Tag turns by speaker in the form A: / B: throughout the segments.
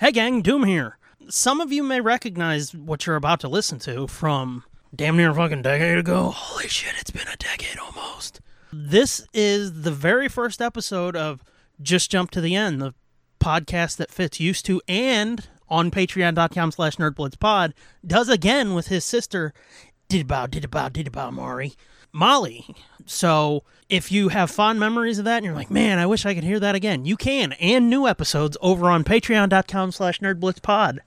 A: Hey, gang, Doom here. Some of you may recognize what you're about to listen to from damn near a fucking decade ago. Holy shit, it's been a decade almost. This is the very first episode of Just Jump to the End, the podcast that Fitz used to and on patreon.com slash nerdblitzpod does again with his sister, did about, did about, did about Mari. Molly. So if you have fond memories of that and you're like, man, I wish I could hear that again, you can, and new episodes over on patreon.com slash nerdblitzpod.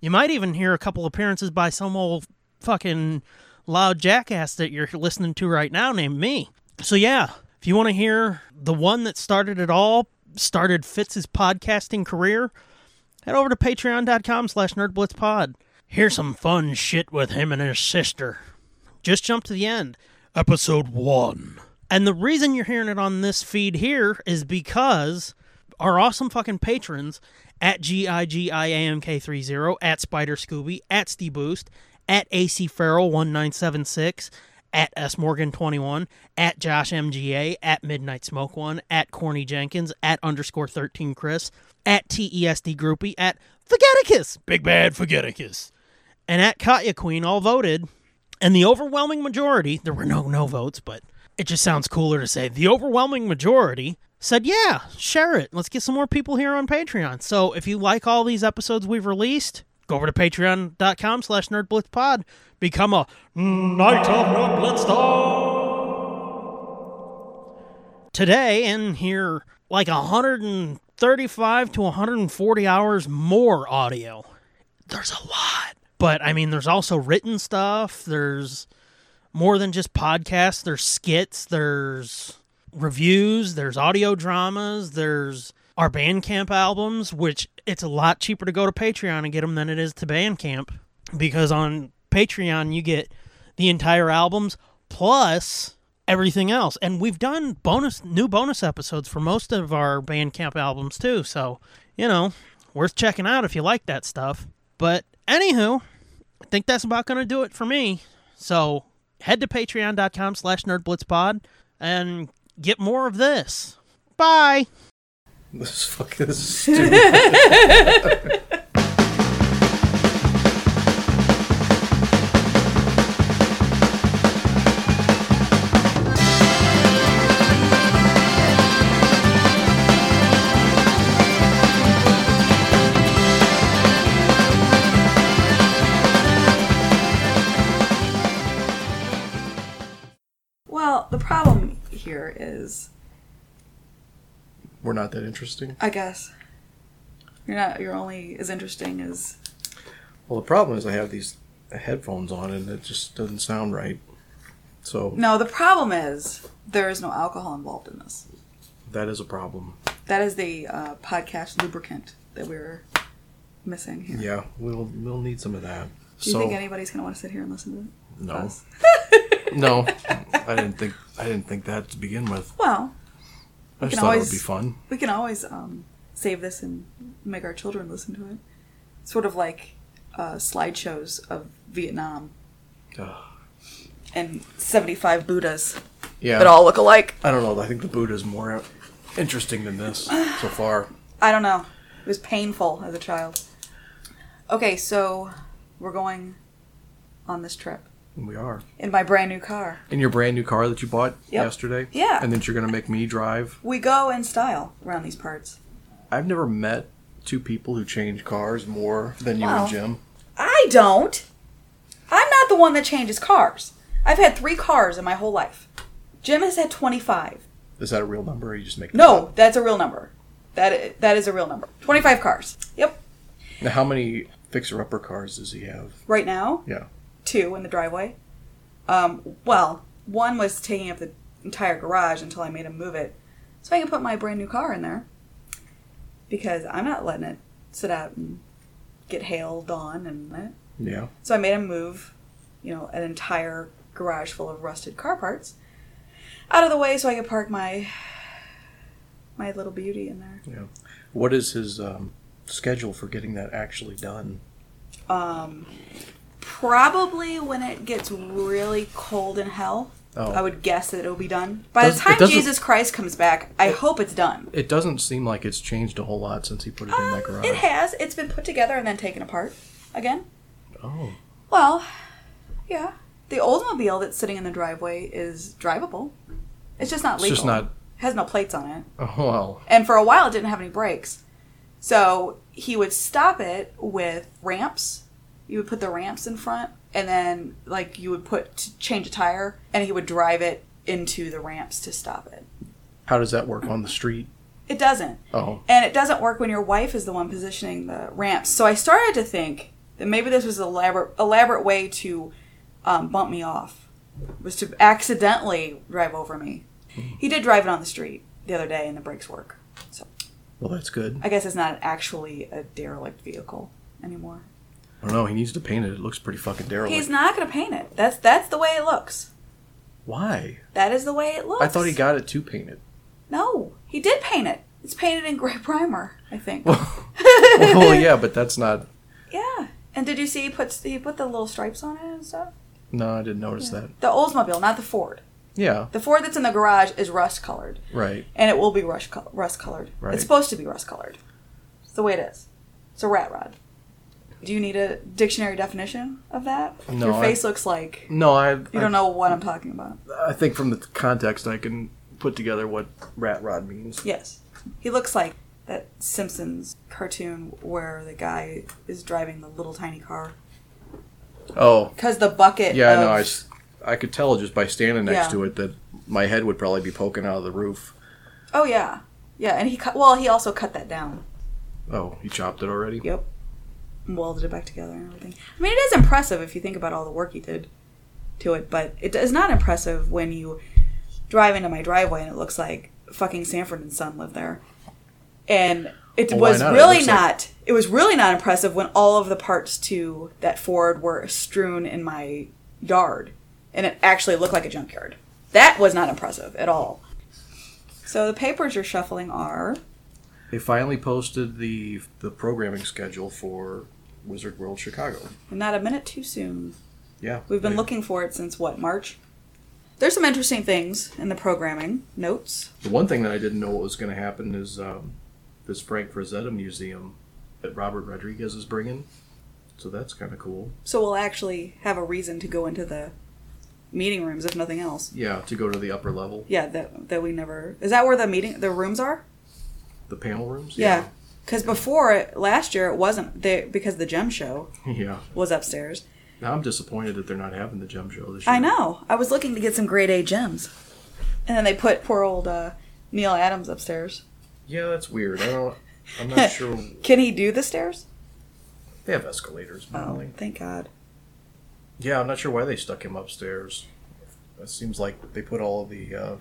A: You might even hear a couple appearances by some old fucking loud jackass that you're listening to right now named me. So yeah, if you want to hear the one that started it all, started Fitz's podcasting career, head over to patreon.com slash nerdblitzpod. Here's some fun shit with him and his sister. Just jump to the end episode one. And the reason you're hearing it on this feed here is because our awesome fucking patrons at GIGIAMK30, at Spider Scooby, at Steve Boost, at AC Farrell 1976, at S Morgan 21, at Josh MGA, at Midnight Smoke One, at Corny Jenkins, at underscore 13 Chris, at TESD Groupie, at Forgeticus, Big Bad Forgeticus, and at Katya Queen all voted and the overwhelming majority, there were no no votes, but it just sounds cooler to say the overwhelming majority said, yeah, share it. Let's get some more people here on Patreon. So if you like all these episodes we've released, go over to patreon.com slash nerdblitzpod. Become a Knight of Nerdblitzstar. Today and here, like 135 to 140 hours more audio there's a lot. But I mean, there's also written stuff. There's more than just podcasts. There's skits. There's reviews. There's audio dramas. There's our Bandcamp albums, which it's a lot cheaper to go to Patreon and get them than it is to Bandcamp because on Patreon you get the entire albums plus everything else. And we've done bonus new bonus episodes for most of our Bandcamp albums too. So you know, worth checking out if you like that stuff. But anywho, I think that's about gonna do it for me. So head to patreon.com slash nerdblitzpod and get more of this. Bye.
B: This is fucking this is stupid.
C: Well, the problem here is,
B: We're not that interesting.
C: I guess, you're not. You're only as interesting as.
B: Well, the problem is I have these headphones on and it just doesn't sound right. So
C: No, the problem is there is no alcohol involved in this.
B: that is a problem.
C: That is the uh, podcast lubricant that we're missing here.
B: Yeah, we'll we'll need some of that.
C: Do you
B: so
C: think anybody's gonna want to sit here and listen to it?
B: no,
C: us?
B: no, I didn't think I didn't think that to begin with.
C: Well,
B: I just
C: can
B: thought it
C: always-
B: would be fun.
C: we can always um, save this and make our children listen to it. Sort of like uh, slideshows of Vietnam
B: Ugh.
C: and 75 Buddhas
B: yeah,
C: that all look alike.
B: I don't know. I think the Buddha is more interesting than this so far.
C: I don't know. It was painful as a child. Okay, so we're going on this trip
B: We are
C: in my brand new car.
B: in your brand new car that you bought
C: Yep.
B: yesterday.
C: Yeah.
B: and that you're gonna make me drive.
C: We go in style around these parts.
B: I've never met two people who change cars more than you
C: Well,
B: and Jim.
C: I don't. I'm not the one that changes cars. I've had three cars in my whole life. Jim has had 25.
B: Is that a real number? Or you just make that up?
C: No, that's a real number. That i- that is a real number. 25 cars. Yep.
B: Now, how many fixer-upper cars does he have?
C: Right now,
B: Yeah.
C: two in the driveway. Um, well, one was taking up the entire garage until I made him move it, so I can put my brand new car in there. Because I'm not letting it sit out and get hailed on and that.
B: Yeah.
C: So I made him move, you know, an entire garage full of rusted car parts out of the way so I could park my my little beauty in there.
B: What is his um, schedule for getting that actually done?
C: Um, probably when it gets really cold in hell,
B: Oh.
C: I would guess that it'll be done. By
B: Does- it
C: the time
B: doesn't-
C: Jesus Christ comes back, I hope it's done.
B: It doesn't seem like it's changed a whole lot since he put it in
C: Um,
B: that garage.
C: it has. It's been put together and then taken apart again.
B: oh,
C: Well, yeah. The Oldsmobile that's sitting in the driveway is drivable. It's just not
B: it's
C: legal.
B: just not.
C: It has no plates on it.
B: Oh, well,
C: And for a while, it didn't have any brakes. So he would stop it with ramps. You would put the ramps in front, and then, like, you would put to change a tire, and he would drive it into the ramps to stop it.
B: how does that work on the street?
C: It doesn't.
B: Oh,
C: And it doesn't work when your wife is the one positioning the ramps. So I started to think that maybe this was an elaborate, elaborate way to um, bump me off, was to accidentally drive over me. He did drive it on the street the other day, and the brakes work. So
B: well, that's good.
C: I guess it's not actually a derelict vehicle anymore.
B: I don't know. He needs to paint it. It looks pretty fucking derelict.
C: He's not going to paint it. That's that's the way it looks.
B: Why?
C: That is the way it looks.
B: I thought he got it to paint it.
C: No, he did paint it. It's painted in gray primer, I think.
B: well, yeah, but that's not.
C: Yeah. And did you see he puts he put the little stripes on it and stuff?
B: No, I didn't notice that.
C: The Oldsmobile, not the Ford.
B: Yeah,
C: The Ford that's in the garage is rust colored,
B: right.
C: and it will be rust col- rust colored.
B: Right.
C: It's supposed to be rust colored. It's the way it is. It's a rat rod. Do you need a dictionary definition of that?
B: No,
C: Your
B: I-
C: face looks like
B: No, I.
C: you don't know what I'm talking about.
B: I think from the context, I can put together what rat rod means.
C: Yes. He looks like that Simpsons cartoon where the guy is driving the little tiny car.
B: Oh,
C: Because the bucket.
B: yeah,
C: of,
B: no, I, s- I could tell just by standing next
C: Yeah.
B: to it that my head would probably be poking out of the roof.
C: Oh, yeah. Yeah, and he cut. Well, he also cut that down.
B: Oh, he chopped it already.
C: Yep. And welded it back together and everything. I mean, it is impressive if you think about all the work he did to it, but it is not impressive when you drive into my driveway and it looks like fucking Sanford and Son lived there. And it
B: Well, why
C: was
B: not? It
C: really
B: looks like-
C: not. It was really not impressive when all of the parts to that Ford were strewn in my yard, and it actually looked like a junkyard. That was not impressive at all. So the papers you're shuffling are
B: They finally posted the the programming schedule for Wizard World Chicago.
C: not a minute too soon.
B: Yeah,
C: We've been
B: they-
C: looking for it since what, March? There's some interesting things in the programming notes.
B: The one thing that I didn't know what was going to happen is um, this Frank Frazetta museum that Robert Rodriguez is bringing. So that's kind of cool.
C: So we'll actually have a reason to go into the meeting rooms if nothing else.
B: Yeah, to go to the upper level,
C: Yeah, that that we never Is that where the meeting the rooms are?
B: the panel rooms.
C: Yeah. Cuz before it- last year it wasn't there because the gem show
B: yeah. Yeah.
C: was upstairs.
B: Now I'm disappointed that they're not having the gem show this year.
C: I know. I was looking to get some grade A gems. And then they put poor old uh, Neil Adams upstairs.
B: Yeah, that's weird. I don't. I'm not sure.
C: Can he do the stairs?
B: They have escalators. but I don't
C: Oh,
B: think-
C: thank God.
B: Yeah, I'm not sure why they stuck him upstairs. It seems like they put all the uh,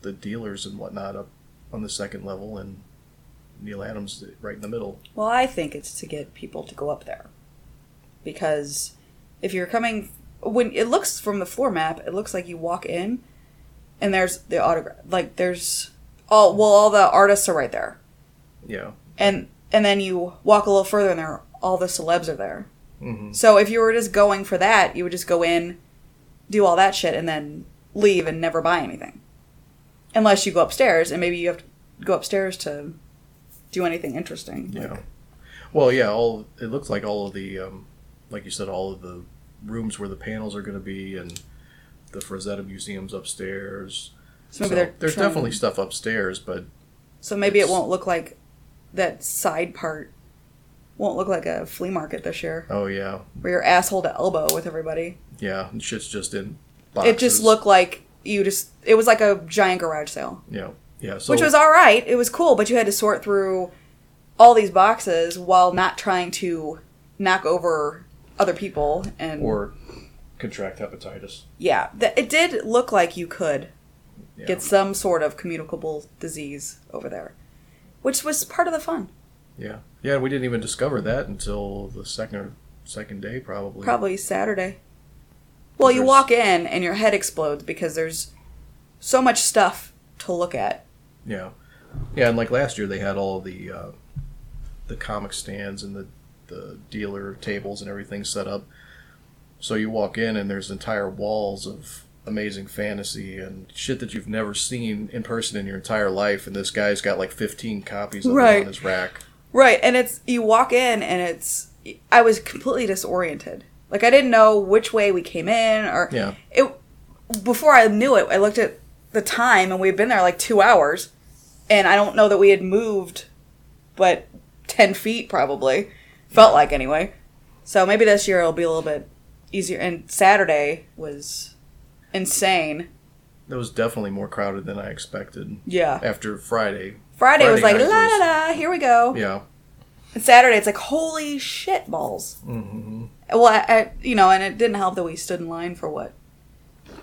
B: the dealers and whatnot up on the second level, and Neil Adams right in the middle.
C: Well, I think it's to get people to go up there. Because if you're coming when it looks from the floor map, it looks like you walk in and there's the autograph like there's all well all the artists are right there.
B: Yeah.
C: And and then you walk a little further and there all the celebs are there.
B: hmm
C: So if you were just going for that, you would just go in, do all that shit and then leave and never buy anything. Unless you go upstairs and maybe you have to go upstairs to do anything interesting.
B: Yeah.
C: like-
B: well, yeah. All it looked like all of the, um, like you said, all of the rooms where the panels are going to be, and the Frazetta Museum's upstairs.
C: so maybe
B: So
C: they're
B: there's
C: trying-
B: definitely stuff upstairs, but
C: So maybe it
B: It's-
C: won't look like that side part won't look like a flea market this year
B: oh yeah,
C: where you're asshole to elbow with everybody.
B: yeah. and Shit's just in. Boxes.
C: It just looked like you just it was like a giant garage sale,
B: Yeah. Yeah. So
C: which was all right. It was cool, but you had to sort through all these boxes while not trying to knock over other people and
B: or contract hepatitis.
C: yeah, th- it did look like you could
B: Yeah.
C: get some sort of communicable disease over there, which was part of the fun.
B: yeah. Yeah. and We didn't even discover that until the second or second day, probably.
C: Probably Saturday. Well, you
B: There's-
C: walk in and your head explodes because there's so much stuff to look at.
B: Yeah. Yeah, and like last year, they had all the uh, the comic stands and the the dealer tables and everything set up. So you walk in and there's entire walls of amazing fantasy and shit that you've never seen in person in your entire life, and this guy's got like 15 copies of it
C: Right.
B: on his rack.
C: Right, and it's you walk in and it's I was completely disoriented. Like I didn't know which way we came in or
B: Yeah.
C: it before I knew it, I looked at the time and we had been there like 2 hours and I don't know that we had moved but 10 feet probably. Felt like anyway. So maybe this year it'll be a little bit easier and Saturday was insane.
B: That was definitely more crowded than I expected
C: Yeah.
B: after Friday.
C: Friday, was like
B: Friday
C: la
B: night was-
C: la la, here we go.
B: Yeah.
C: And Saturday, it's like holy shit balls. Mm-hmm. Well, I, I, you know, and it didn't help that we stood in line for what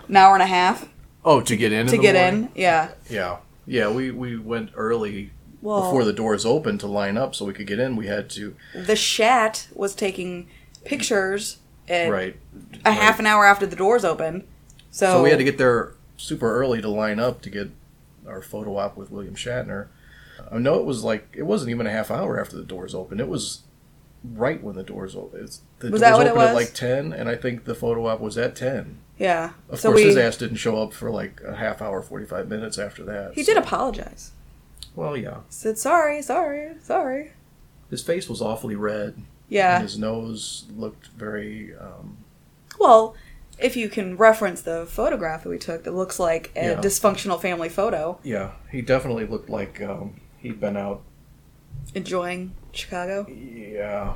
C: an hour and a half
B: Oh, to get in?
C: to get in. Oh. Yeah.
B: Yeah. Yeah, we, we went early
C: Well,
B: before the doors opened to line up so we could get in. We had to.
C: the chat was taking pictures at
B: Right.
C: a half an hour after the doors open. So,
B: So we had to get there super early to line up to get our photo op with William Shatner. I know it was like it wasn't even a half hour after the doors opened. It was right when the doors opened. It's, the
C: Was
B: doors
C: that what it
B: opened at
C: was?
B: like ten, and I think the photo op was at ten.
C: yeah.
B: Of
C: so
B: course,
C: we
B: his ass didn't show up for like a half hour, forty five minutes after that.
C: he
B: so-
C: did apologize.
B: well, yeah.
C: Said sorry, sorry, sorry.
B: His face was awfully red,
C: Yeah.
B: and his nose looked very. Um,
C: Well, if you can reference the photograph that we took, that looks like a
B: Yeah.
C: dysfunctional family photo
B: yeah, he definitely looked like um, he'd been out
C: enjoying Chicago.
B: Yeah.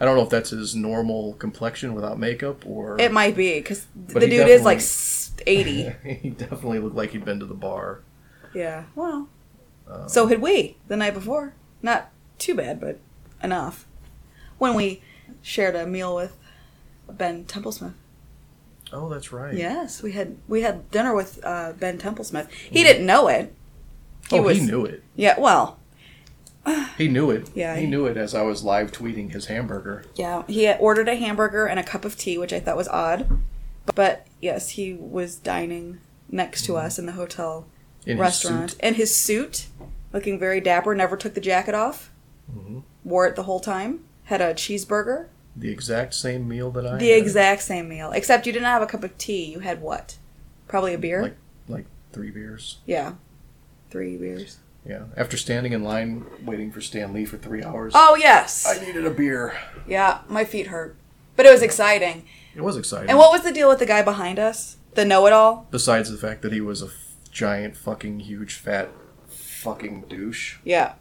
B: I don't know if that's his normal complexion without makeup or.
C: It might be because the
B: he
C: dude is like
B: definitely-
C: s- eighty.
B: he definitely looked like he'd been to the bar.
C: yeah. Well.
B: Um,
C: so had we the night before. Not too bad, but enough. When we shared a meal with Ben Templesmith.
B: Oh, that's right.
C: Yes, we had we had dinner with uh, Ben Templesmith.
B: Mm-hmm.
C: He didn't know it.
B: oh,
C: was-
B: he knew it.
C: Yeah. Well.
B: He knew it.
C: Yeah,
B: He
C: he-
B: knew it as I was live tweeting his hamburger.
C: Yeah. He had ordered a hamburger and a cup of tea, which I thought was odd. But yes, he was dining next to us in the hotel
B: Mm-hmm. In
C: restaurant
B: His suit.
C: and his suit looking very dapper never took the jacket off
B: Mm-hmm.
C: wore it the whole time had a cheeseburger
B: The exact same meal that I
C: the
B: had,
C: exact same meal except you didn't have a cup of tea you had what probably a beer
B: Like- Like three beers.
C: yeah three beers
B: Yeah. After standing in line waiting for Stan Lee for three hours,
C: oh yes
B: I needed a beer.
C: yeah my feet hurt but it was exciting
B: It was exciting.
C: and what was the deal with the guy behind us the know-it-all
B: Besides the fact that he was a f- giant, fucking, huge, fat, fucking douche. um,
C: yeah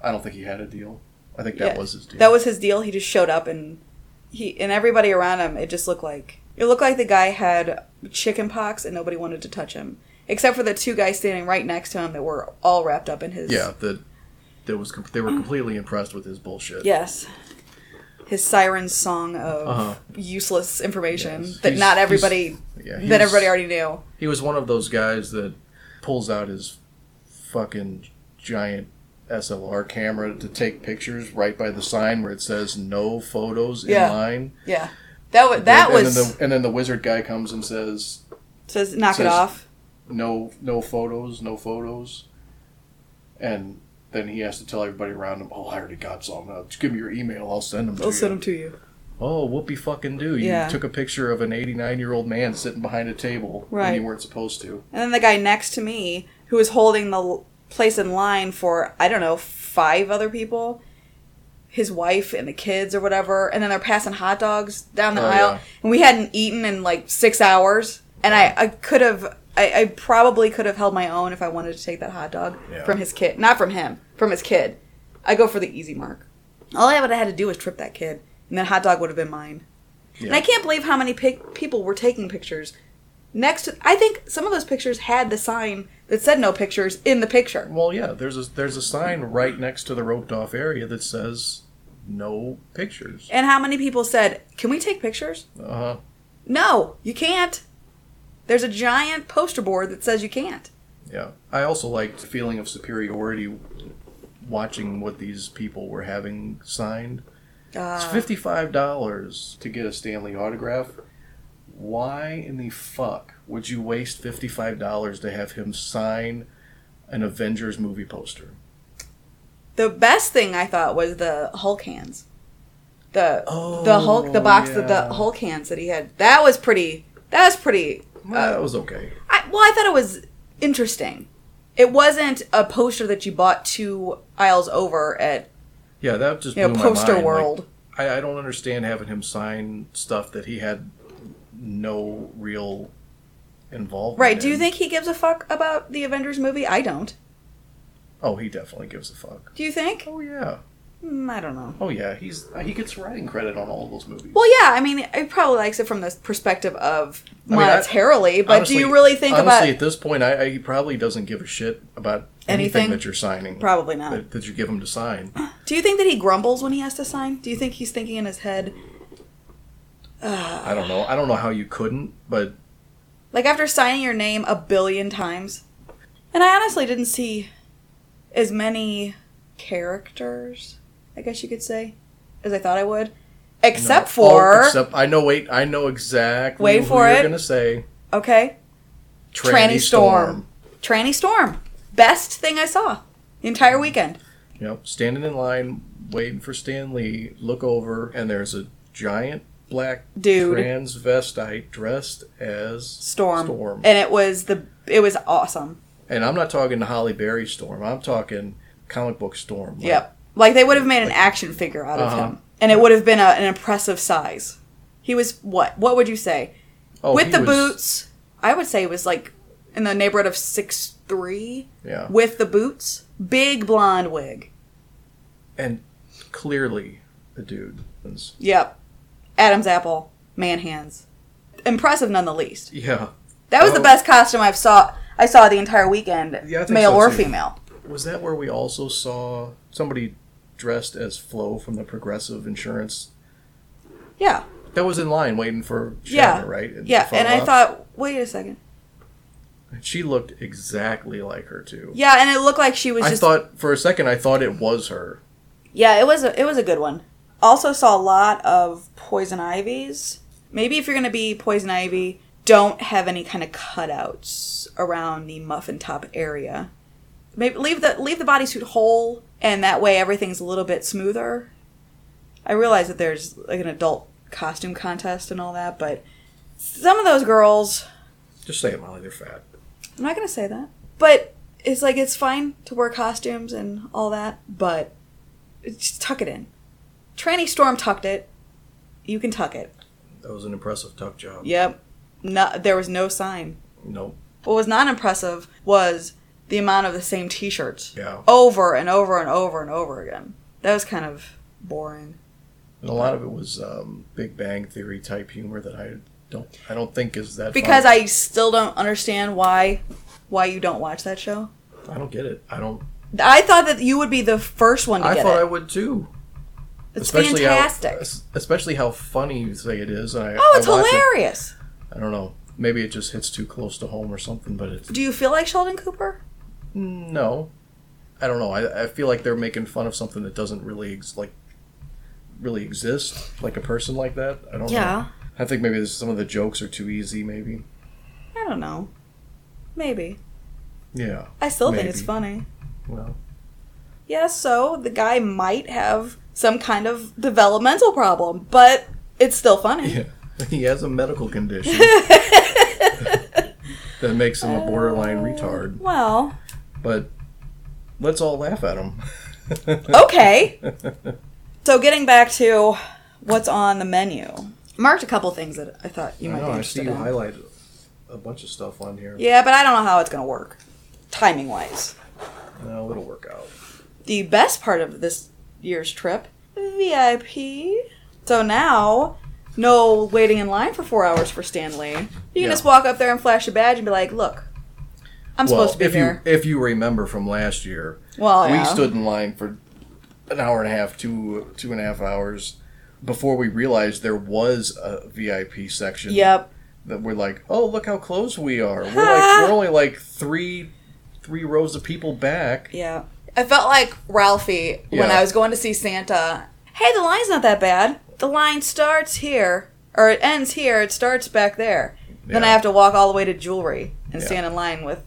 B: I don't think he had a deal. I think that
C: Yeah.
B: was his deal.
C: That was his deal. He just showed up and he and everybody around him. It just looked like it looked like the guy had chicken pox and nobody wanted to touch him except for the two guys standing right next to him that were all wrapped up in his
B: Yeah, that that was com- they were completely impressed with his bullshit.
C: yes his siren song of
B: Uh-huh.
C: useless information
B: Yes.
C: that
B: He's-
C: not
B: he's-
C: everybody
B: Yeah, he was-
C: that everybody already knew.
B: He was one of those guys that pulls out his fucking giant SLR camera to take pictures right by the sign where it says no photos
C: Yeah.
B: in line.
C: Yeah, that was that
B: and,
C: was
B: and then, the, and then the wizard guy comes and says
C: says knock
B: says-
C: it off.
B: no no photos, no photos. And then he has to tell everybody around him, "Oh, I already got some. Now just give me your email. I'll send them to
C: I'll
B: you."
C: send him to you.
B: Oh, whoopee fucking do. You
C: Yeah.
B: took a picture of an 89 year old man sitting behind a table
C: Right.
B: when you weren't supposed to.
C: And then the guy next to me, who was holding the l- place in line for, I don't know, five other people, his wife and the kids or whatever, and then they're passing hot dogs down the
B: Oh,
C: aisle.
B: yeah.
C: And we hadn't eaten in like six hours. And I, I could have, I, I probably could have held my own if I wanted to take that hot dog
B: Yeah.
C: from his kid. Not from him, from his kid. I go for the easy mark. All I would have had to do was trip that kid, and that hot dog would have been mine. And I can't believe how many pic- people were taking pictures next to. I think some of those pictures had the sign that said no pictures in the picture.
B: Well, yeah, there's a, there's a sign right next to the roped off area that says no pictures.
C: And how many people said, "Can we take pictures?"
B: Uh huh.
C: No, you can't. There's a giant poster board that says you can't.
B: Yeah. I also liked the feeling of superiority watching what these people were having signed. It's
C: Uh,
B: $55 to get a Stanley autograph. Why in the fuck would you waste $55 to have him sign an Avengers movie poster?
C: the best thing I thought was the Hulk hands, the
B: Oh,
C: the Hulk, the box of
B: yeah.
C: the Hulk hands that he had. That was pretty That was pretty.
B: Well,
C: uh,
B: that was okay.
C: I, well, I thought it was interesting. It wasn't a poster that you bought two aisles over at
B: Yeah, that just
C: you know
B: blew my
C: Poster
B: mind. Like,
C: World.
B: I, I don't understand having him sign stuff that he had no real involvement.
C: right? Do you
B: in.
C: think he gives a fuck about the Avengers movie? I don't.
B: Oh, he definitely gives a fuck.
C: Do you think?
B: Oh yeah,
C: Mm, I don't know.
B: oh yeah. He's he gets writing credit on all of those movies.
C: Well, yeah. I mean, he probably likes it from the perspective of
B: mean, I-
C: monetarily, but do you really think
B: honestly,
C: about
B: at this point, I, I he probably doesn't give a shit about anything,
C: Anything?
B: that you're signing.
C: Probably not.
B: That, that you give him to sign.
C: Do you think that he grumbles when he has to sign? Do you think he's thinking in his head,
B: I don't know. I don't know how you couldn't, but
C: like after signing your name a billion times? And I honestly didn't see as many characters, I guess you could say, as I thought I would, except
B: Oh,
C: for
B: except I know. Wait, I know exactly.
C: Wait
B: who
C: for
B: you're
C: it.
B: Gonna say
C: okay,
B: Tranny, Storm.
C: Tranny Storm. Tranny Storm, best thing I saw the entire weekend.
B: Yep, standing in line, waiting for Stanley. Look over, and there's a giant black
C: Dude.
B: transvestite dressed as
C: Storm.
B: Storm,
C: and it was the it was awesome.
B: and I'm not talking the Holly Berry Storm. I'm talking comic book Storm. Like,
C: Yep. Like they would have made an action figure out of
B: Uh-huh.
C: him, and it would have been a, an impressive size. He was what? What would you say?
B: oh, he
C: with the
B: was-
C: boots, I would say he was like in the neighborhood of six three.
B: Yeah.
C: With the boots, big blonde wig.
B: and clearly the dude. is-
C: Yep. Adam's apple, man hands. Impressive none the least.
B: Yeah,
C: That was the
B: Oh.
C: best costume I've saw I saw the entire weekend,
B: Yeah, I think
C: male
B: so,
C: or
B: too.
C: female.
B: was that where we also saw somebody dressed as Flo from the Progressive Insurance?
C: Yeah.
B: That was in line waiting for Shatner,
C: Yeah.
B: right? And
C: yeah, and I
B: Farlock.
C: thought, wait a second.
B: she looked exactly like her too.
C: Yeah, and it looked like she was
B: I
C: just
B: thought for a second I thought it was her.
C: Yeah, it was a, it was a good one. Also saw a lot of poison ivies. Maybe if you're going to be poison ivy, don't have any kind of cutouts around the muffin top area. Maybe leave the leave the bodysuit whole, and that way everything's a little bit smoother. I realize that there's like an adult costume contest and all that, but some of those girls
B: Just say it, Molly. They're fat.
C: I'm not gonna say that. But it's like it's fine to wear costumes and all that, but just tuck it in. Tranny Storm tucked it. You can tuck it.
B: That was an impressive tuck job.
C: Yep. No, there was no sign.
B: Nope.
C: What was not impressive was the amount of the same T-shirts
B: Yeah.
C: over and over and over and over again. That was kind of boring.
B: And a lot of it was um, Big Bang Theory type humor that I don't. I don't think is that
C: Because
B: funny.
C: I still don't understand why why you don't watch that show.
B: I don't get it. I don't.
C: I thought that you would be the first one to
B: I
C: get
B: thought
C: it.
B: I would too.
C: it's
B: especially
C: fantastic.
B: How, es- especially how funny you say it is. And I,
C: oh, it's
B: I watch it.
C: hilarious.
B: I don't know. Maybe it just hits too close to home or something. But it's
C: Do you feel like Sheldon Cooper?
B: no. I don't know. I, I feel like they're making fun of something that doesn't really ex- like really exist. Like a person like that. I don't. know. I think maybe this, some of the jokes are too easy. Maybe.
C: I don't know. Maybe.
B: Yeah.
C: I still think it's
B: Maybe.
C: funny.
B: Well.
C: Yeah, so the guy might have some kind of developmental problem, but it's still funny.
B: Yeah. He has a medical condition that makes him a
C: Uh.
B: borderline retard.
C: Well,
B: But let's all laugh at him.
C: Oh. okay. so getting back to what's on the menu. Marked a couple things that I thought you might
B: I know. I
C: be interested
B: see you
C: in.
B: highlight a bunch of stuff on here.
C: yeah, but I don't know how it's going to work timing wise.
B: No, it'll work out.
C: the best part of this year's trip VIP. So now, no waiting in line for four hours for Stanley. You can
B: Yeah.
C: just walk up there and flash a badge and be like, look, I'm supposed to be
B: if
C: here.
B: you if you remember from last year,
C: well,
B: we
C: yeah.
B: stood in line for an hour and a half, two two and a half hours before we realized there was a VIP section.
C: Yep.
B: that we're like, oh, look how close we are. We're like, we're only like three, three rows of people back.
C: Yeah. I felt like Ralphie when
B: Yeah.
C: I was going to see Santa. Hey, the line's not that bad. The line starts here, or it ends here, it starts back there. Then I
B: Yeah.
C: have to walk all the way to jewelry and
B: Yeah.
C: stand in line with.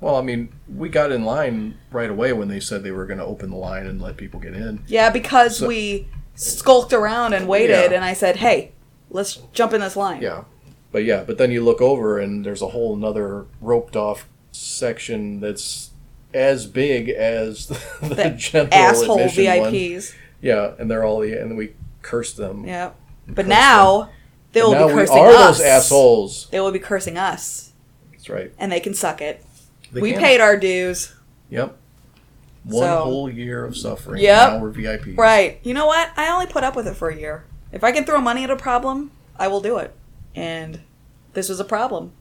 B: Well, I mean, we got in line right away when they said they were going to open the line and let people get in.
C: Yeah, because
B: So-
C: we skulked around and waited,
B: Yeah.
C: and I said, hey, let's jump in this line.
B: Yeah, But yeah, but then you look over and there's a whole another roped off section that's as big as the, the
C: The
B: general
C: asshole
B: admission one.
C: VIPs.
B: Yeah, and they're all the and we curse them.
C: Yeah. But now they will
B: now
C: be
B: we
C: cursing
B: are
C: us.
B: those assholes.
C: They will be cursing us,
B: That's right.
C: and they can suck it.
B: They
C: we
B: can.
C: paid our dues.
B: Yep. One
C: So-
B: whole year of suffering.
C: Yep.
B: Now we're VIPs.
C: Right. You know what? I only put up with it for a year. If I can throw money at a problem, I will do it. And this was a problem.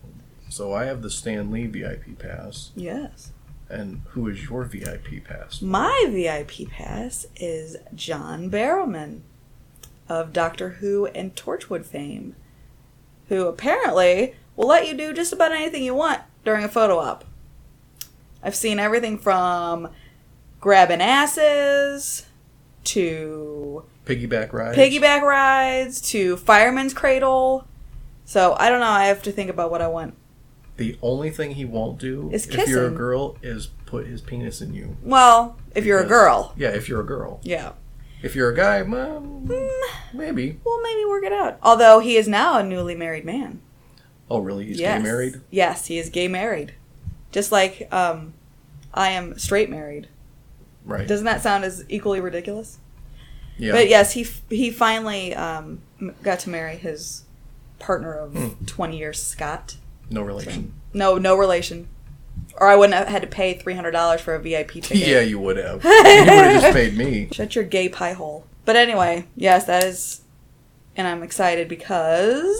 B: So I have the Stan Lee VIP pass,
C: Yes.
B: and who is your VIP pass?
C: My VIP pass is John Barrowman of Doctor Who and Torchwood fame, who apparently will let you do just about anything you want during a photo op. I've seen everything from grabbing asses to
B: Piggyback ride.
C: piggyback rides to fireman's cradle. So I don't know. I have to think about what I want.
B: The only thing he won't do
C: Is
B: if you're a
C: kissing.
B: girl is put his penis in you.
C: Well, if you're a
B: Because-
C: girl,
B: Yeah, if you're a girl.
C: yeah.
B: If you're a guy, well,
C: Mm,
B: maybe.
C: We'll maybe work it out. Although he is now a newly married man.
B: Oh, really? He's
C: yes.
B: gay married?
C: Yes, he is gay married. Just like um, I am straight married.
B: Right.
C: Doesn't that sound as equally ridiculous?
B: yeah.
C: But yes, he f- he finally um, m- got to marry his partner of
B: Hmm.
C: 20 years, Scott.
B: No relation.
C: No, no relation. Or I wouldn't have had to pay $300 for a VIP ticket.
B: Yeah, you would have. you would have just paid me.
C: Shut your gay pie hole. But anyway, yes, that is. And I'm excited because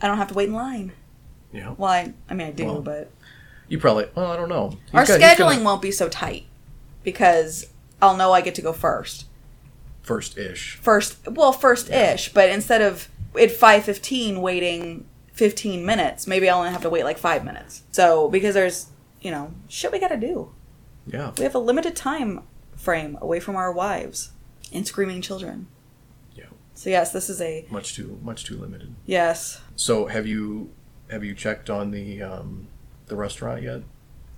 C: I don't have to wait in line.
B: Yeah.
C: Well, I, I mean, I do,
B: Well,
C: but.
B: You probably. Well, I don't know. He's
C: Our
B: got- he's got
C: scheduling won't be so tight because I'll know I get to go first.
B: a first-ish.
C: First, well, first ish, but instead of at 5:15 waiting 15 minutes, maybe I'll only have to wait like 5 minutes. So, because there's, you know, shit we got to do.
B: Yeah.
C: We have a limited time frame away from our wives and screaming children.
B: Yeah.
C: So, yes, this is a
B: Much too. Much too limited.
C: yes.
B: So have you have you checked on the um, the restaurant yet?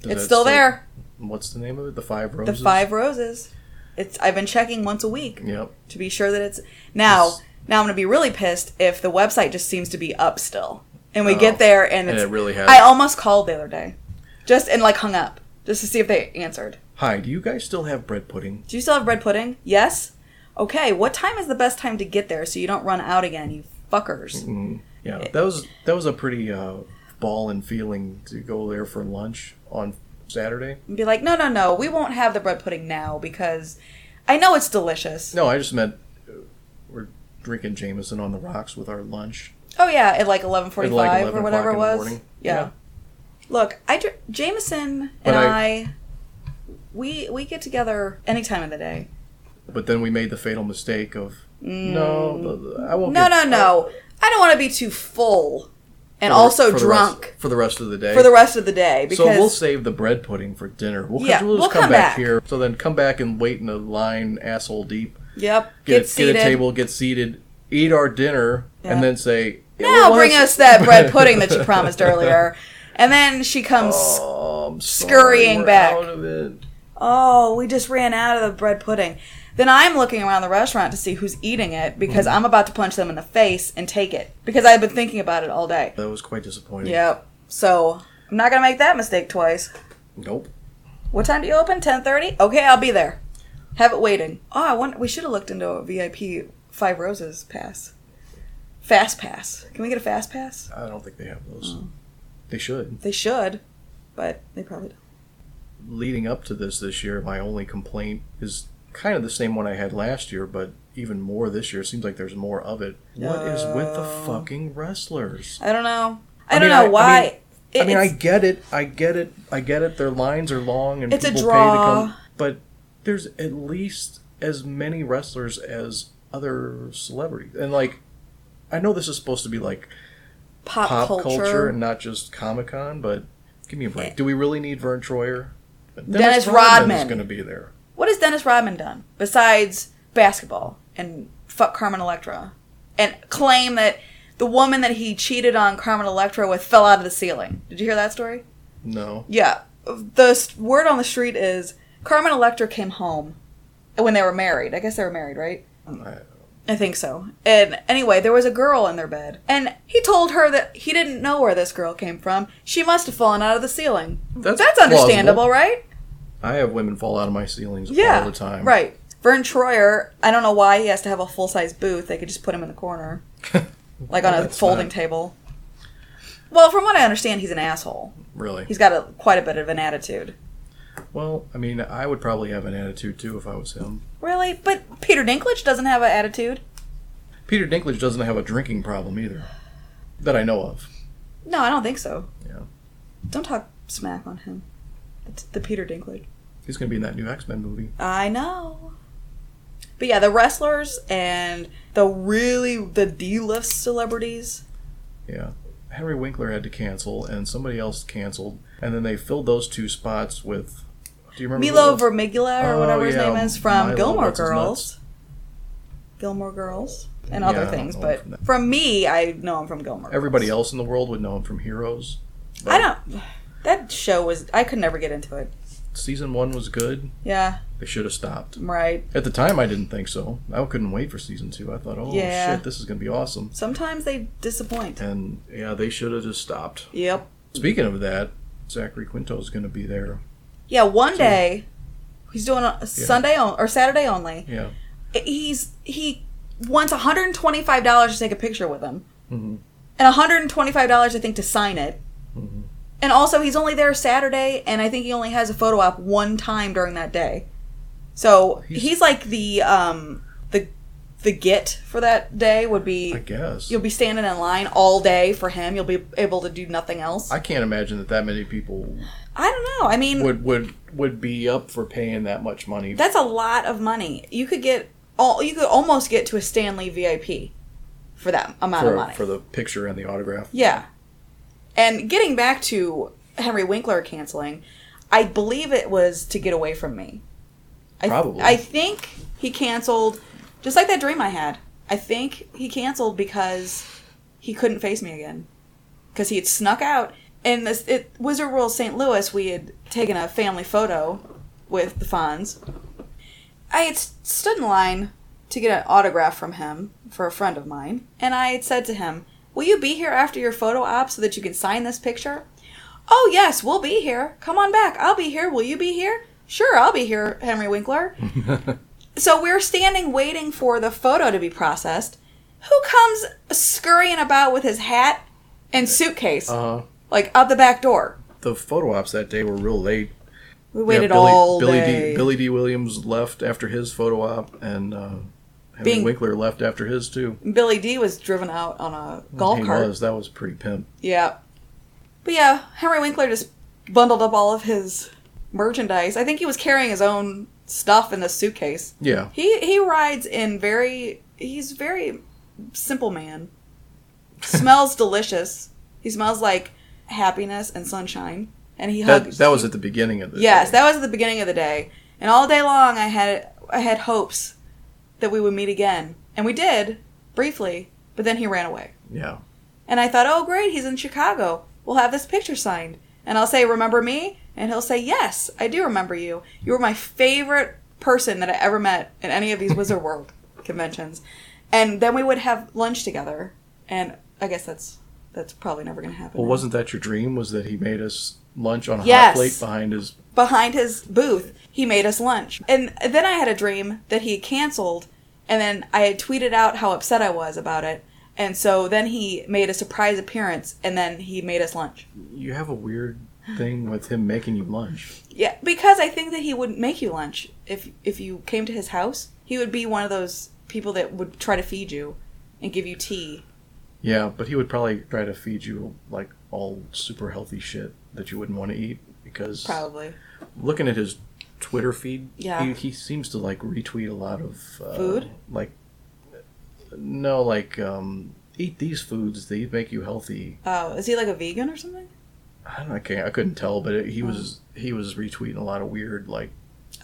B: Does
C: it's
B: it
C: still there.
B: What's the name of it? The Five
C: The
B: Roses.
C: Five Roses. It's I've been checking once a week.
B: Yep.
C: to be sure that it's now.
B: Yes.
C: Now I'm gonna be really pissed if the website just seems to be up still, and we
B: Oh.
C: get there and
B: And
C: it's.
B: it really has.
C: I almost called the other day, just and like hung up just to see if they answered.
B: Hi. Do you guys still have bread pudding?
C: Do you still have bread pudding? Yes. Okay. What time is the best time to get there so you don't run out again, you fuckers?
B: Mm, yeah. That was that was a pretty uh, ball and feeling to go there for lunch on Saturday.
C: And be like, no, no, no, we won't have the bread pudding now because I know it's delicious.
B: No, I just meant uh, we're drinking Jameson on the rocks with our lunch.
C: Oh yeah, at like 11:45
B: At, like, 11
C: or
B: o'clock
C: whatever
B: in
C: it
B: the
C: was.
B: morning.
C: Yeah.
B: Yeah.
C: Look, I dr- Jameson
B: But
C: and
B: I-
C: I, we we get together any time of the day.
B: But then we made the fatal mistake of no, the- the- I won't.
C: Mm. No,
B: get-
C: no, no. I don't want to be too full and
B: for the-
C: also
B: for the rest-
C: drunk
B: for the rest of the day.
C: for the rest of the day because
B: so we'll save the bread pudding for dinner. We'll,
C: Yeah,
B: we'll just
C: we'll
B: come,
C: come
B: back,
C: back.
B: here. So then come back and wait in a line, asshole deep.
C: yep,
B: Get,
C: get,
B: a,
C: seated.
B: get a table, get seated, eat our dinner,
C: Yeah.
B: and then say, "Yeah,
C: Now
B: well,
C: bring
B: let's-
C: us that bread pudding that you promised earlier. And then she comes. Oh.
B: Oh, I'm sorry,
C: Scurrying
B: we're
C: back.
B: out of it.
C: oh, we just ran out of the bread pudding. Then I'm looking around the restaurant to see who's eating it because
B: Mm-hmm.
C: I'm about to punch them in the face and take it because I've been thinking about it all day.
B: That was quite disappointing.
C: Yep. So I'm not gonna make that mistake twice.
B: Nope.
C: What time do you open? Ten thirty. Okay, I'll be there. Have it waiting. Oh, I want. We should have looked into a VIP Five Roses pass. Fast pass. Can we get a fast pass?
B: I don't think they have those.
C: Mm.
B: They should.
C: They should, but they probably don't.
B: leading up to this this year, my only complaint is kind of the same one I had last year, but even more this year. It seems like there's more of it. What is with the
C: Uh,
B: fucking wrestlers?
C: I don't know. I,
B: I
C: don't
B: mean, I-
C: know
B: I
C: why.
B: mean-
C: It-
B: I mean, I
C: it's,
B: get it. I get it. I get it. Their lines are long and
C: It's a
B: people
C: draw.
B: pay to come. But there's at least as many wrestlers as other celebrities. And, like, I know this is supposed to be like
C: pop,
B: pop
C: culture. Eh.
B: culture, and not just Comic Con, but give me a break. Do we really need Vern Troyer? is
C: Dennis Rodman.
B: going to be there.
C: What has Dennis Rodman done besides basketball and fuck Carmen Electra and claim that the woman that he cheated on Carmen Electra with fell out of the ceiling? Did you hear that story?
B: No.
C: Yeah. The s- word on the street is Carmen Electra came home when they were married. I guess they were married, right?
B: I-
C: I think so. And anyway, there was a girl in their bed. And he told her that he didn't know where this girl came from. She must have fallen out of the ceiling.
B: That's
C: That's, understandable,
B: plausible.
C: right?
B: I have women fall out of my ceilings
C: Yeah.
B: all the time.
C: Right. Vern Troyer, I don't know why he has to have a full size booth. They could just put him in the corner, like on a
B: That's
C: folding
B: not-
C: table. Well, from what I understand, he's an asshole.
B: Really.
C: He's got a, quite a bit of an attitude.
B: Well, I mean, I would probably have an attitude too if I was him.
C: Really? But Peter Dinklage doesn't have an attitude.
B: Peter Dinklage doesn't have a drinking problem either, that I know of.
C: No, I don't think so.
B: Yeah.
C: Don't talk smack on him. It's the Peter Dinklage.
B: He's going to be in that new X Men movie.
C: I know. But yeah, the wrestlers and the really the D list celebrities.
B: Yeah. Henry Winkler had to cancel, and somebody else canceled, and then they filled those two spots with. Do you remember? who
C: Milo
B: it was?
C: Vermigula or
B: Oh,
C: whatever his
B: yeah,
C: name is from
B: Milo,
C: Gilmore
B: what's his
C: Girls. Gilmore Girls and
B: Yeah, I
C: other
B: don't
C: things,
B: know
C: but
B: from
C: from,
B: that.
C: me, I know him from Gilmore.
B: Everybody
C: Girls.
B: else in the world would know him from Heroes.
C: I don't. That show was. I could never get into it.
B: Season one was good.
C: Yeah,
B: They should have stopped.
C: right.
B: At the time, I didn't think so. I couldn't wait for season two. I thought, oh
C: Yeah.
B: shit, this is going to be awesome.
C: Sometimes they disappoint.
B: And yeah, they should have just stopped.
C: Yep.
B: Speaking of that, Zachary Quinto's going to be there.
C: Yeah, one day he's doing a Sunday on, or Saturday only.
B: Yeah.
C: He's he wants one hundred and twenty five dollars to take a picture with him,
B: Mhm.
C: and one hundred and twenty five dollars I think to sign it.
B: Mm-hmm.
C: And also, he's only there Saturday, and I think he only has a photo op one time during that day. So
B: He's-
C: he's, like the um the the get for that day would be
B: I guess.
C: you'll be standing in line all day for him. You'll be able to do nothing else. I,
B: I can't imagine that that many people
C: don't know. I mean,
B: would would would be up for paying that much money.
C: That's a lot of money. You could get all you could almost get to a Stanley VIP for that amount of
B: for,
C: money.
B: for the picture and the autograph.
C: yeah. And getting back to Henry Winkler canceling, I believe it was to get away from me. I th-
B: Probably.
C: I think he canceled just like that dream I had. I think he canceled because he couldn't face me again because he had snuck out. And this, it Wizard World St. Louis, we had taken a family photo with the Fonz. I had s- stood in line to get an autograph from him for a friend of mine, and I had said to him, "Will you be here after your photo op so that you can sign this picture?" "Oh yes, we'll be here. Come on back. I'll be here. Will you be here?" "Sure, I'll be here, Henry Winkler." so we're standing waiting for the photo to be processed. Who comes scurrying about with his hat and suitcase?
B: Uh,
C: like out the back door.
B: the photo ops that day were real late.
C: We
B: Yeah,
C: waited
B: Billy,
C: all
B: Billy
C: day.
B: D, Billy D. Williams left after his photo op, and uh, Henry
C: Bing.
B: Winkler left after his too.
C: Billy D was driven out on a golf
B: he
C: cart.
B: was. That was pretty pimp.
C: Yeah. But yeah, Henry Winkler just bundled up all of his merchandise. I think he was carrying his own stuff in the suitcase.
B: Yeah.
C: He he rides in very he's very simple man. Smells delicious. He smells like happiness and sunshine. And he
B: That,
C: hugs
B: that was at the beginning of the
C: Yes,
B: day.
C: that was at the beginning of the day, and all day long I had I had hopes that we would meet again, and we did briefly, but then he ran away,
B: yeah.
C: and I thought, oh great, he's in Chicago. We'll have this picture signed, and I'll say, remember me, and he'll say, yes, I do remember you. You were my favorite person that I ever met at any of these Wizard World conventions, and then we would have lunch together, and I guess that's that's probably never going to happen.
B: Well, wasn't that your dream? Was that he made us lunch on a hot
C: Yes.
B: plate behind his?
C: behind his booth. He made us lunch. And then I had a dream that he canceled, and then I had tweeted out how upset I was about it. And so then he made a surprise appearance, and then he made us lunch.
B: You have a weird thing with him making you lunch.
C: Yeah, because I think that he wouldn't make you lunch if if you came to his house. He would be one of those people that would try to feed you and give you tea.
B: Yeah, but he would probably try to feed you like all super healthy shit that you wouldn't want to eat because
C: Probably
B: looking at his Twitter feed,
C: Yeah.
B: he, he seems to like retweet a lot of uh,
C: Food?
B: like no, like um, eat these foods; they make you healthy.
C: Oh, is he like a vegan or something?
B: I don't, I can't, I couldn't tell, but it, he was he was retweeting a lot of weird, like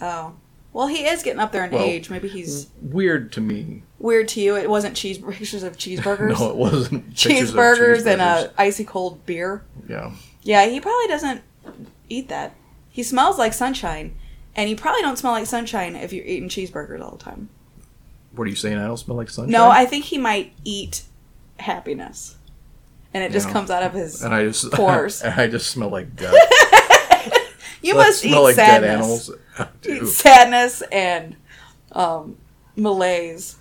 C: Oh, well, he is getting up there in
B: Well- mm.
C: age. Maybe he's
B: weird to me.
C: weird to you. It wasn't cheese pictures of cheeseburgers.
B: No, it wasn't pictures of
C: cheeseburgers and uh, a icy cold beer.
B: cheeseburgers. yeah.
C: Yeah, he probably doesn't eat that. He smells like sunshine, and you probably don't smell like sunshine if you're eating cheeseburgers all the time.
B: What are you saying? I don't smell like sunshine.
C: No, I think he might eat happiness, and it just
B: Yeah.
C: comes out of his.
B: and I just
C: Pores.
B: and I just smell like death.
C: you
B: I
C: must eat
B: smell like dead
C: sadness.
B: animals. I do.
C: sadness and um, malaise.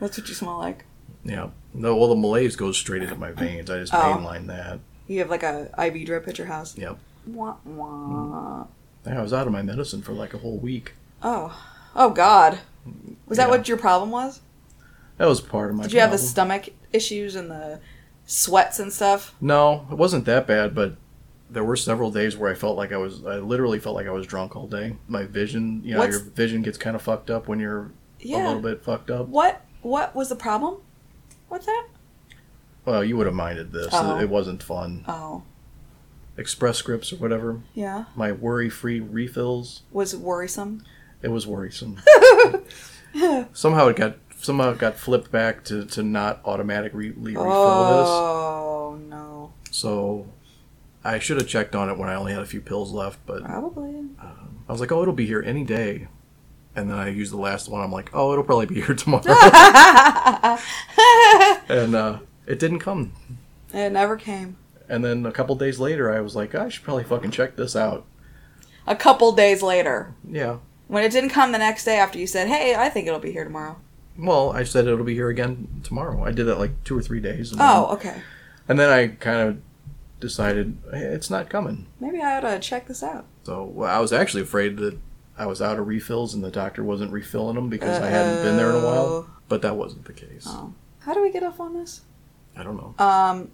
C: That's what you smell like.
B: Yeah. No, well, the malaise goes straight into my veins. I just
C: Oh.
B: mainline that.
C: You have like a IV drip at your house.
B: Yep.
C: Wah, wah.
B: Yeah, I was out of my medicine for like a whole week.
C: Oh, oh God! Was that
B: Yeah.
C: what your problem was?
B: That was part of my.
C: Did you have the
B: problem.
C: stomach issues and the sweats and stuff?
B: No, it wasn't that bad, but there were several days where I felt like I was. I literally felt like I was drunk all day. My vision, you know,
C: What's-
B: your vision gets kind of fucked up when you're a
C: Yeah.
B: little bit fucked up.
C: What What was the problem with that?
B: Well, you would have minded this.
C: Oh.
B: It, it wasn't fun.
C: Oh,
B: Express scripts or whatever.
C: yeah,
B: My worry-free refills.
C: was worrisome.
B: It was worrisome. somehow it got somehow it got flipped back to, to not automatically refill this.
C: Oh no,
B: So I should have checked on it when I only had a few pills left, but
C: probably.
B: I was like, oh, it'll be here any day. And then I used the last one. I'm like, oh, it'll probably be here tomorrow. and uh, it didn't come.
C: It never came.
B: And then a couple days later, I was like, I should probably fucking check this out.
C: A couple days later,
B: Yeah.
C: when it didn't come the next day after you said, "Hey, I think it'll be here tomorrow."
B: Well, I said it'll be here again tomorrow. I did that like two or three days. And
C: Oh, okay.
B: Then, and then I kind of decided hey, it's not coming.
C: Maybe I ought to check this out.
B: So well, I was actually afraid that I was out of refills and the doctor wasn't refilling them because I hadn't been there in a while. But that wasn't the case.
C: Oh. How do we get off on this?
B: I don't know.
C: Um,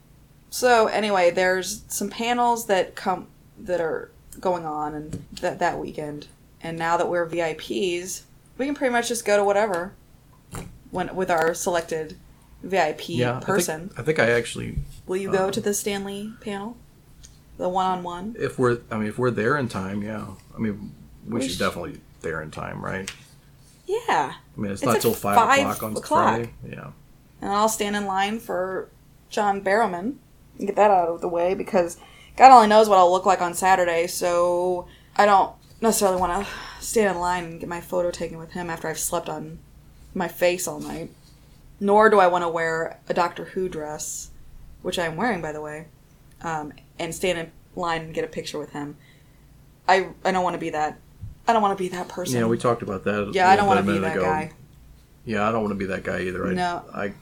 C: so anyway, there's some panels that come that are going on and that that weekend, and now that we're VIPs, we can pretty much just go to whatever when with our selected VIP
B: yeah,
C: person.
B: I think, um, I think I actually
C: Will you go to the Stanley panel, the one-on-one?
B: if we're I mean if we're there in time, yeah. I mean we,
C: We
B: should
C: should-
B: definitely there in time, right?
C: Yeah,
B: I mean it's,
C: It's
B: not
C: at
B: till five,
C: five
B: o'clock on
C: o'clock.
B: Friday. Yeah.
C: and I'll stand in line for John Barrowman and get that out of the way because God only knows what I'll look like on Saturday, so I don't necessarily want to stand in line and get my photo taken with him after I've slept on my face all night. Nor do I want to wear a Doctor Who dress, which I'm wearing by the way, um, and stand in line and get a picture with him. I I don't want to be that. I don't want to be that person.
B: Yeah, we talked about that. a
C: Yeah, I
B: little bit
C: don't want
B: a
C: to be
B: minute
C: that
B: ago.
C: guy.
B: Yeah, I don't want to be that guy either. I,
C: No.
B: I,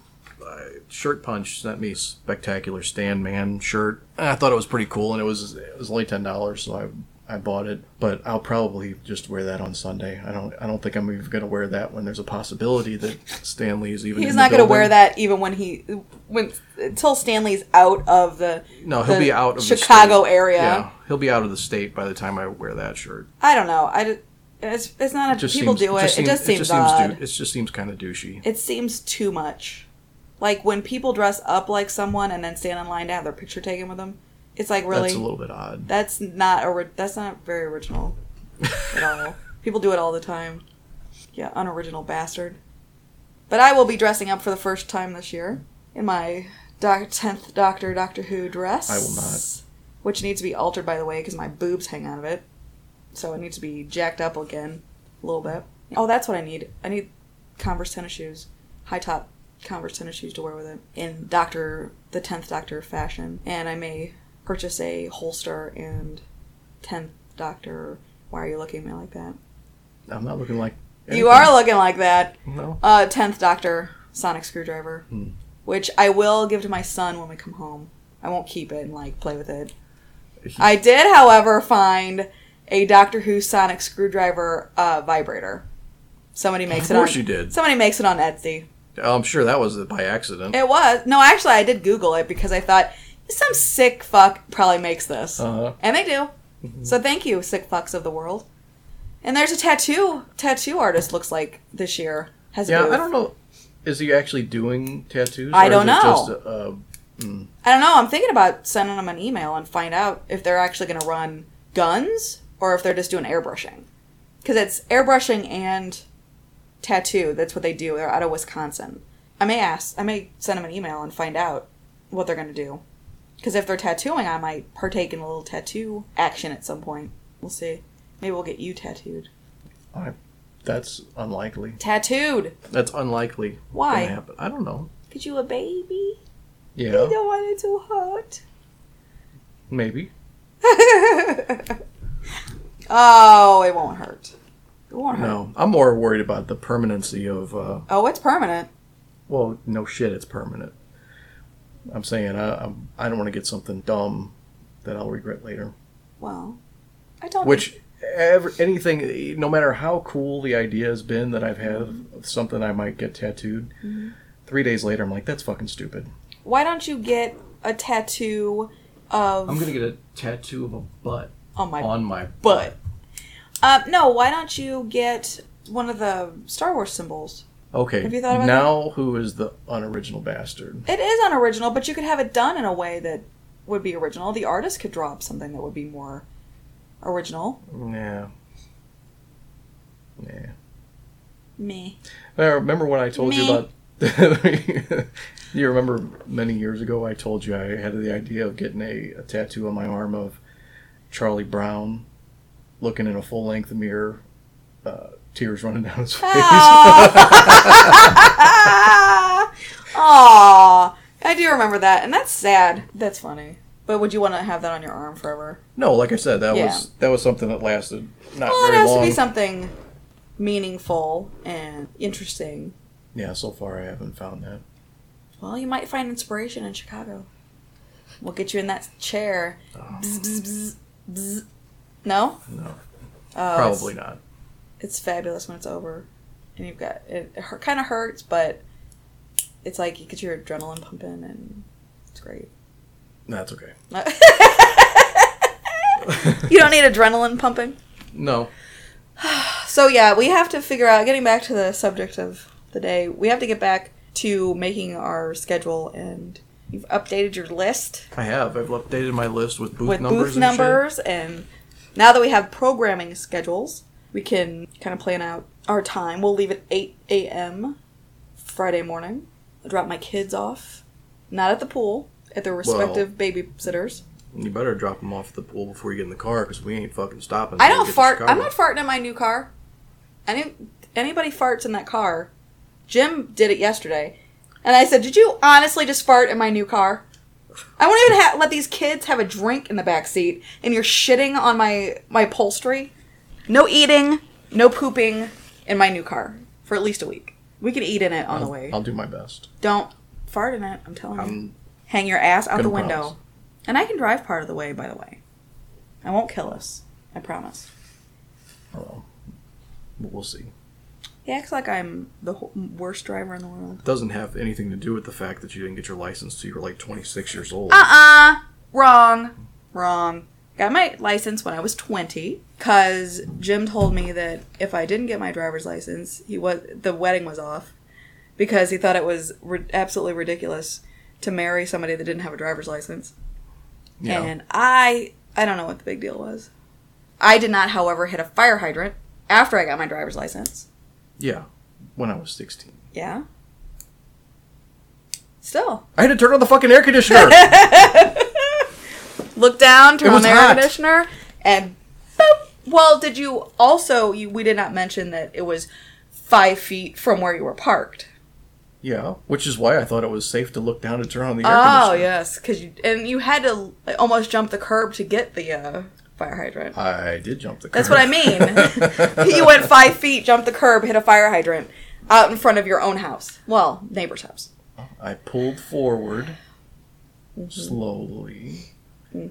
B: I shirt punch sent me a spectacular stand man shirt. And I thought it was pretty cool, and it was it was only ten dollars, so I I bought it. But I'll probably just wear that on Sunday. I don't I don't think I'm even gonna wear that when there's a possibility that Stanley is even.
C: He's
B: in
C: not
B: the
C: going to wear
B: building.
C: that even when he when until Stanley's out of the
B: No, he'll
C: the
B: be out of the
C: Chicago
B: state.
C: area.
B: Yeah, he'll be out of the state by the time I wear that shirt.
C: I don't know. I just, it's it's not a,
B: It just
C: people
B: seems,
C: do it. It,
B: Just seems,
C: just seems
B: it just
C: odd.
B: Seems, du- it just seems kind of douchey.
C: it seems too much. Like when people dress up like someone and then stand in line to have their picture taken with them. It's like really
B: That's a little bit odd.
C: That's not a. That's not very original at all. People do it all the time. Yeah, unoriginal bastard. But I will be dressing up for the first time this year in my doc, tenth Doctor Doctor Who dress.
B: I will not.
C: Which needs to be altered, by the way, because my boobs hang out of it, so it needs to be jacked up again a little bit. Oh, that's what I need. I need Converse tennis shoes, high top Converse tennis shoes to wear with it in Doctor the Tenth Doctor fashion, and I may purchase a holster and Tenth Doctor. Why are you looking at me like that?
B: I'm not looking like.
C: You are looking like that.
B: are. No.
C: Uh, Tenth Doctor sonic screwdriver,
B: Hmm.
C: which I will give to my son when we come home. I won't keep it and like play with it. I did, however, find a Doctor Who sonic screwdriver uh, vibrator. Somebody makes
B: Of
C: it.
B: course
C: on,
B: you did.
C: Somebody makes it on Etsy.
B: I'm sure that was by accident.
C: It was no, actually, I did Google it because I thought some sick fuck probably makes this.
B: Uh,
C: And they do. So thank you, sick fucks of the world. And there's a tattoo tattoo artist looks like this year has a
B: yeah,
C: booth.
B: I don't know. Is he actually doing tattoos?
C: I
B: or
C: don't
B: is it
C: know.
B: Just, uh,
C: I don't know. I'm thinking about sending them an email and find out if they're actually going to run guns or if they're just doing airbrushing. Because it's airbrushing and tattoo. That's what they do. They're out of Wisconsin. I may ask. I may send them an email and find out what they're going to do. Because if they're tattooing, I might partake in a little tattoo action at some point. We'll see. Maybe we'll get you tattooed.
B: I, That's unlikely.
C: Tattooed.
B: That's unlikely.
C: Why?
B: gonna Happen. I don't know.
C: Could you a baby?
B: Yeah,
C: You don't want it too hot.
B: maybe.
C: oh, it won't hurt. It won't hurt.
B: No, I'm more worried about the permanency of. Uh,
C: Oh, it's permanent.
B: well, no shit, it's permanent. I'm saying I I'm, I don't want to get something dumb that I'll regret later.
C: Well, I don't.
B: Which ever anything, no matter how cool the idea has been that I've had of something I might get tattooed,
C: Mm-hmm.
B: three days later I'm like, that's fucking stupid.
C: Why don't you get a tattoo of
B: I'm gonna get a tattoo of a butt
C: on my
B: on my
C: butt? Uh, no. Why don't you get one of the Star Wars symbols?
B: Okay.
C: Have you thought about
B: now who is the unoriginal bastard?
C: It is unoriginal, but you could have it done in a way that would be original. The artist could draw up something that would be more original.
B: Yeah. Yeah.
C: Me.
B: I remember when I told you
C: Me.
B: about. you remember many years ago I told you I had the idea of getting a, a tattoo on my arm of Charlie Brown looking in a full length mirror, uh, tears running down his face.
C: Ah! Aw. I do remember that, and that's sad. That's funny. But would you want to have that on your arm forever?
B: no, like I said, that
C: Yeah. Oh,
B: was that was something that lasted not
C: Well, it
B: very
C: has to
B: long.
C: be something meaningful and interesting.
B: yeah, so far I haven't found that.
C: Well, you might find inspiration in Chicago. We'll get you in that chair. Bzz, bzz, bzz, bzz. No?
B: No,
C: Oh, it's-
B: probably not.
C: it's fabulous when it's over and you've got it, it kind of hurts but it's like you get your adrenaline pumping and it's great
B: That's okay.
C: you don't need adrenaline pumping
B: No,
C: so yeah we have to figure out getting back to the subject of the day we have to get back to making our schedule and you've updated your list
B: I have. I've updated my list with booth
C: with
B: numbers
C: booth
B: and
C: numbers and now that we have programming schedules we can kind of plan out our time we'll leave at 8 a.m friday morning I'll drop my kids off not at the pool at their respective babysitters
B: shit. You better drop them off at the pool before you get in the car because we ain't fucking stopping.
C: i
B: till we
C: don't
B: get to
C: fart i'm
B: Chicago.
C: not farting in my new car Any, anybody farts in that car jim did it yesterday and i said did you honestly just fart in my new car I won't even ha- let these kids have a drink in the back seat, and you're shitting on my my upholstery. No eating, no pooping in my new car for at least a week. We can eat in it on the way.
B: I'll do my best.
C: Don't fart in it. I'm telling you.
B: I'm
C: Hang your ass out the
B: gonna
C: window.
B: promise.
C: And I can drive part of the way. By the way, I won't kill us. I promise.
B: I don't know. But we'll see.
C: He acts like I'm the wh- worst driver in the world.
B: Doesn't have anything to do with the fact that you didn't get your license till you were like 26 years old.
C: Uh-uh. Wrong. Wrong. Got my license when I was 20 cuz Jim told me that if I didn't get my driver's license, he was the wedding was off because he thought it was ri- absolutely ridiculous to marry somebody that didn't have a driver's license.
B: yeah.
C: And I I don't know what the big deal was. I did not, however, hit a fire hydrant after I got my driver's license.
B: yeah. When I was 16.
C: Yeah. Still.
B: I had to turn on the fucking air conditioner.
C: look down, turn
B: It
C: on
B: was
C: the air
B: hot.
C: conditioner, and boop. Well, did you also? You, we did not mention that it was five feet from where you were parked.
B: yeah. Which is why I thought it was safe to look down to turn on the air
C: Oh
B: conditioner.
C: yes, because you and you had to like, almost jump the curb to get the uh, fire hydrant.
B: I did jump the curb.
C: That's what I mean. you went five feet, jumped the curb, hit a fire hydrant out in front of your own house. Well, neighbor's house.
B: I pulled forward
C: Mm-hmm.
B: slowly.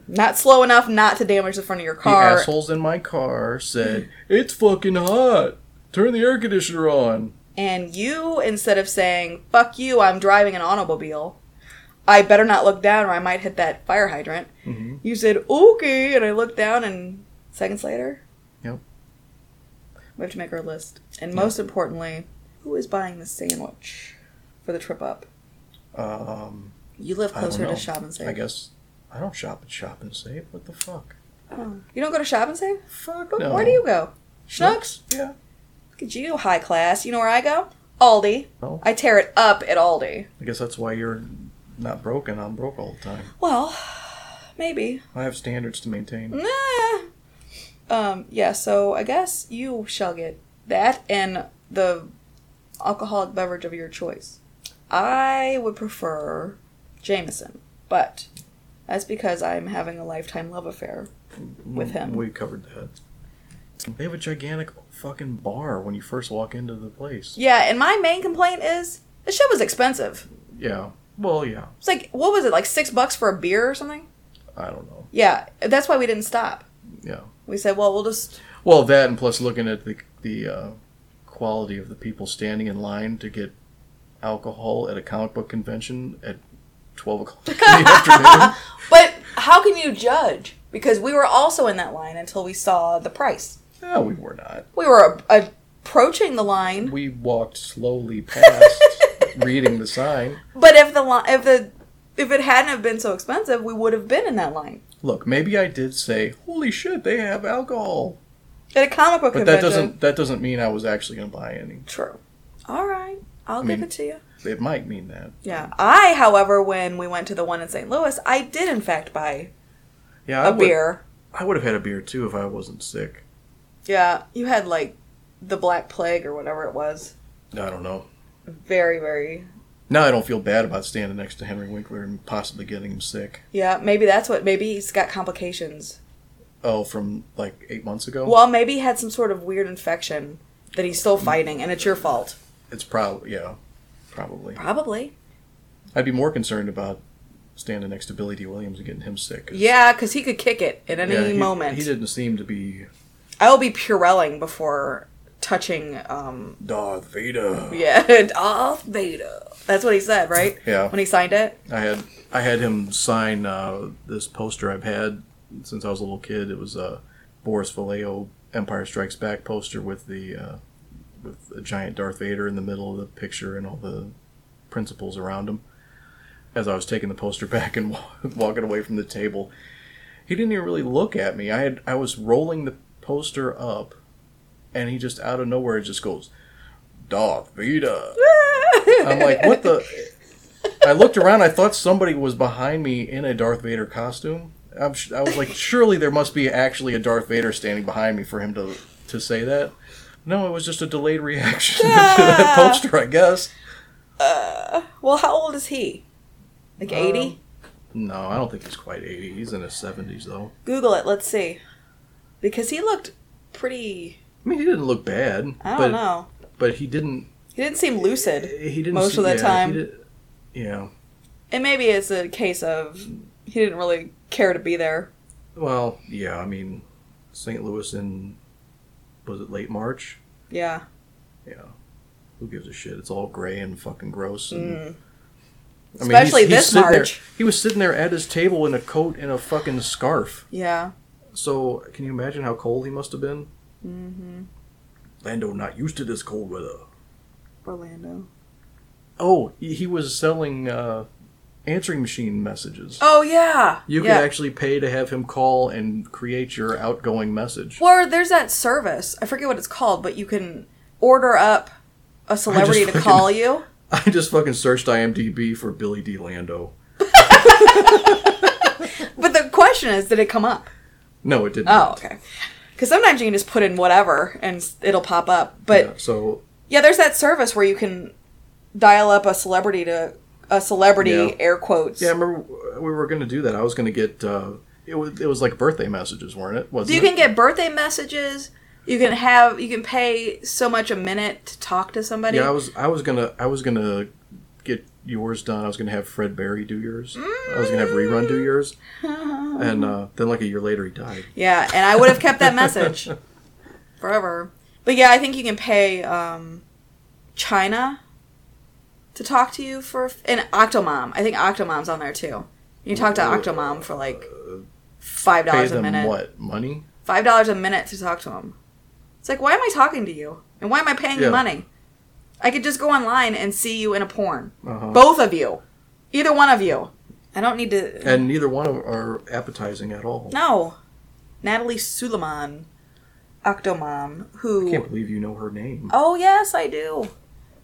C: Not slow enough not to damage the front of your car.
B: The assholes in my car said, It's fucking hot. Turn the air conditioner on.
C: And you, instead of saying, fuck you, I'm driving an automobile, I better not look down or I might hit that fire hydrant, you said, okay. And I looked down, and seconds later,
B: Yep.
C: we have to make our list. And most importantly, who is buying the sandwich for the trip up?
B: Um,
C: You live
B: I don't
C: closer
B: know.
C: to Shop and Save.
B: I guess I don't shop at Shop and Save. What the fuck?
C: Oh. You don't go to Shop and Save?
B: Fuck
C: But
B: no.
C: Where do you go? Schnucks?
B: Yeah.
C: Look at you, high class. You know where I go? Aldi.
B: No.
C: I tear it up at Aldi.
B: I guess that's why you're not broke and I'm broke all the time.
C: Well, maybe.
B: I have standards to maintain.
C: Nah. Um, yeah, so I guess you shall get That and the alcoholic beverage of your choice. I would prefer Jameson, but that's because I'm having a lifetime love affair with him.
B: We covered that. They have a gigantic fucking bar when you first walk into the place.
C: Yeah, and my main complaint is the shit was expensive.
B: Yeah. Well, yeah.
C: It's like what was it like six bucks for a beer or something?
B: I don't know.
C: Yeah, that's why we didn't stop.
B: Yeah.
C: We said, well, we'll just
B: Well, that and plus looking at the the uh, quality of the people standing in line to get alcohol at a comic book convention at twelve o'clock in the afternoon.
C: But how can you judge? Because we were also in that line until we saw the price.
B: No, we were not.
C: We were a- approaching the line,
B: We walked slowly past, reading the sign.
C: but if the li- if the if it hadn't have been so expensive, we would have been in that line
B: Look, maybe I did say, "Holy shit, they have alcohol,"
C: at a comic book
B: but that
C: convention.
B: doesn't that doesn't mean I was actually going to buy any.
C: true. All right, I'll
B: mean-
C: give it to you.
B: It might mean that.
C: Yeah, I, however, when we went to the one in St. Louis, I did in fact buy
B: Yeah, I
C: a
B: would-
C: beer.
B: I would have had a beer too if I wasn't sick.
C: Yeah, you had like the Black Plague or whatever it was.
B: I don't know.
C: Very, very.
B: Now I don't feel bad about standing next to Henry Winkler and possibly getting him sick.
C: Yeah, maybe that's what. Maybe he's got complications.
B: Oh, from like eight months ago.
C: Well, maybe he had some sort of weird infection that he's still fighting, and it's your fault.
B: It's probably yeah, probably.
C: Probably.
B: I'd be more concerned about standing next to Billy D. Williams and getting him sick.
C: Yeah, because he could kick it at any
B: Yeah, he-
C: moment.
B: He didn't seem to be
C: I will be purelling before touching. um
B: Darth Vader.
C: Yeah, Darth Vader. That's what he said, right?
B: Yeah.
C: When he signed it.
B: I had I had him sign uh, this poster I've had since I was a little kid. It was a Boris Vallejo Empire Strikes Back poster with the uh, with a giant Darth Vader in the middle of the picture and all the principals around him. As I was taking the poster back and wa- walking away from the table, he didn't even really look at me. I had I was rolling the poster up, and he just out of nowhere just goes, "Darth Vader." I'm like, what the? I looked around. I thought somebody was behind me in a Darth Vader costume. I'm sh- I was like, surely there must be actually a Darth Vader standing behind me for him to to say that. No, it was just a delayed reaction to that poster, I guess.
C: Uh, Well, how old is he?
B: Um,
C: Like eighty.
B: No, I don't think he's quite 80. He's in his 70s, though.
C: Google it. Let's see. Because he looked pretty.
B: I mean, he didn't look bad.
C: I don't
B: but,
C: know.
B: But he didn't.
C: He didn't seem lucid.
B: He didn't.
C: Most of the
B: he
C: time.
B: did- yeah.
C: And maybe it's a case of he didn't really care to be there.
B: Well, yeah. I mean, St. Louis in was it late March?
C: Yeah.
B: Yeah. Who gives a shit? It's all gray and fucking gross. And, I mean,
C: Mm. Especially this
B: sitting there-
C: March.
B: he was sitting there at his table in a coat and a fucking scarf.
C: Yeah.
B: So can you imagine how cold he must have been? Mm-hmm. Lando not used to this cold weather.
C: Orlando.
B: Oh, he he was selling uh, answering machine messages.
C: Oh yeah.
B: You
C: yeah.
B: could actually pay to have him call and create your outgoing message.
C: Or there's that service. I forget what it's called, but you can order up a celebrity to
B: freaking-
C: call you.
B: I just fucking searched IMDb for Billy D. Lando.
C: But the question is, did it come up?
B: No, it didn't.
C: Oh, okay. Because sometimes you can just put in whatever and s- it'll pop up. But
B: Yeah, so
C: yeah, there's that service where you can dial up a celebrity to a celebrity
B: Yeah.
C: air quotes.
B: Yeah, I remember we were going to do that. I was going to get uh, it was it was like birthday messages, weren't it? Wasn't
C: So you
B: it?
C: can get birthday messages. You can have you can pay so much a minute to talk to somebody.
B: yeah, I was I was gonna I was gonna get yours done. I was gonna have Fred Barry do yours. I was gonna have rerun do yours,
C: Mm.
B: and uh, then like a year later he died.
C: Yeah, and I would have kept that message forever. But yeah, I think you can pay um, China to talk to you for and Octomom. I think Octomom's on there too. You can talk to Octomom for like five
B: Uh, Pay
C: dollars a
B: them
C: minute.
B: what money?
C: Five dollars a minute to talk to him. It's like, why am I talking to you? And why am I paying
B: Yeah.
C: you money? I could just go online and see you in a porn.
B: Uh-huh.
C: Both of you, either one of you. I don't need to.
B: And neither one of are appetizing at all.
C: No. Natalie Suleiman, Octomom,
B: I can't
C: who.
B: believe you know her name.
C: Oh, yes, I do.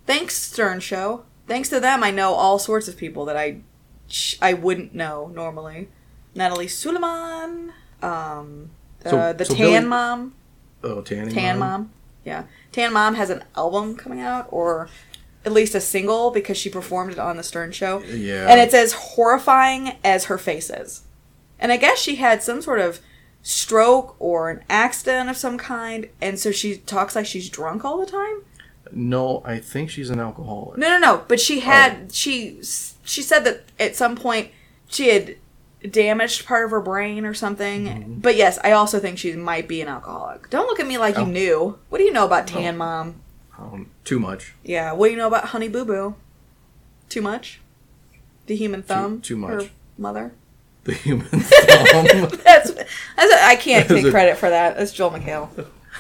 C: Thanks, Stern Show. Thanks to them, I know all sorts of people that I, sh- I wouldn't know normally. Natalie Suleiman, um, the,
B: So-
C: the
B: so
C: Tan
B: Billy-
C: Mom,
B: Oh, Tanning
C: Tan
B: Mom.
C: Mom. Yeah. Tan Mom has an album coming out, or at least a single, because she performed it on the Stern Show.
B: Yeah.
C: And it's as horrifying as her face is. And I guess she had some sort of stroke or an accident of some kind, and so she talks like she's drunk all the time.
B: No, I think she's an alcoholic.
C: No, no, no. But she
B: Oh.
C: had she she said that at some point she had damaged part of her brain or something.
B: Mm-hmm.
C: But yes, I also think she might be an alcoholic. Don't look at me like
B: Oh.
C: you knew. What do you know about Tan Mom?
B: Um, too much.
C: Yeah. What do you know about Honey Boo Boo? Too much. The human thumb.
B: too much.
C: Her mother.
B: The human thumb.
C: That's, that's I can't
B: Those
C: take
B: are-
C: credit for that. That's Joel McHale.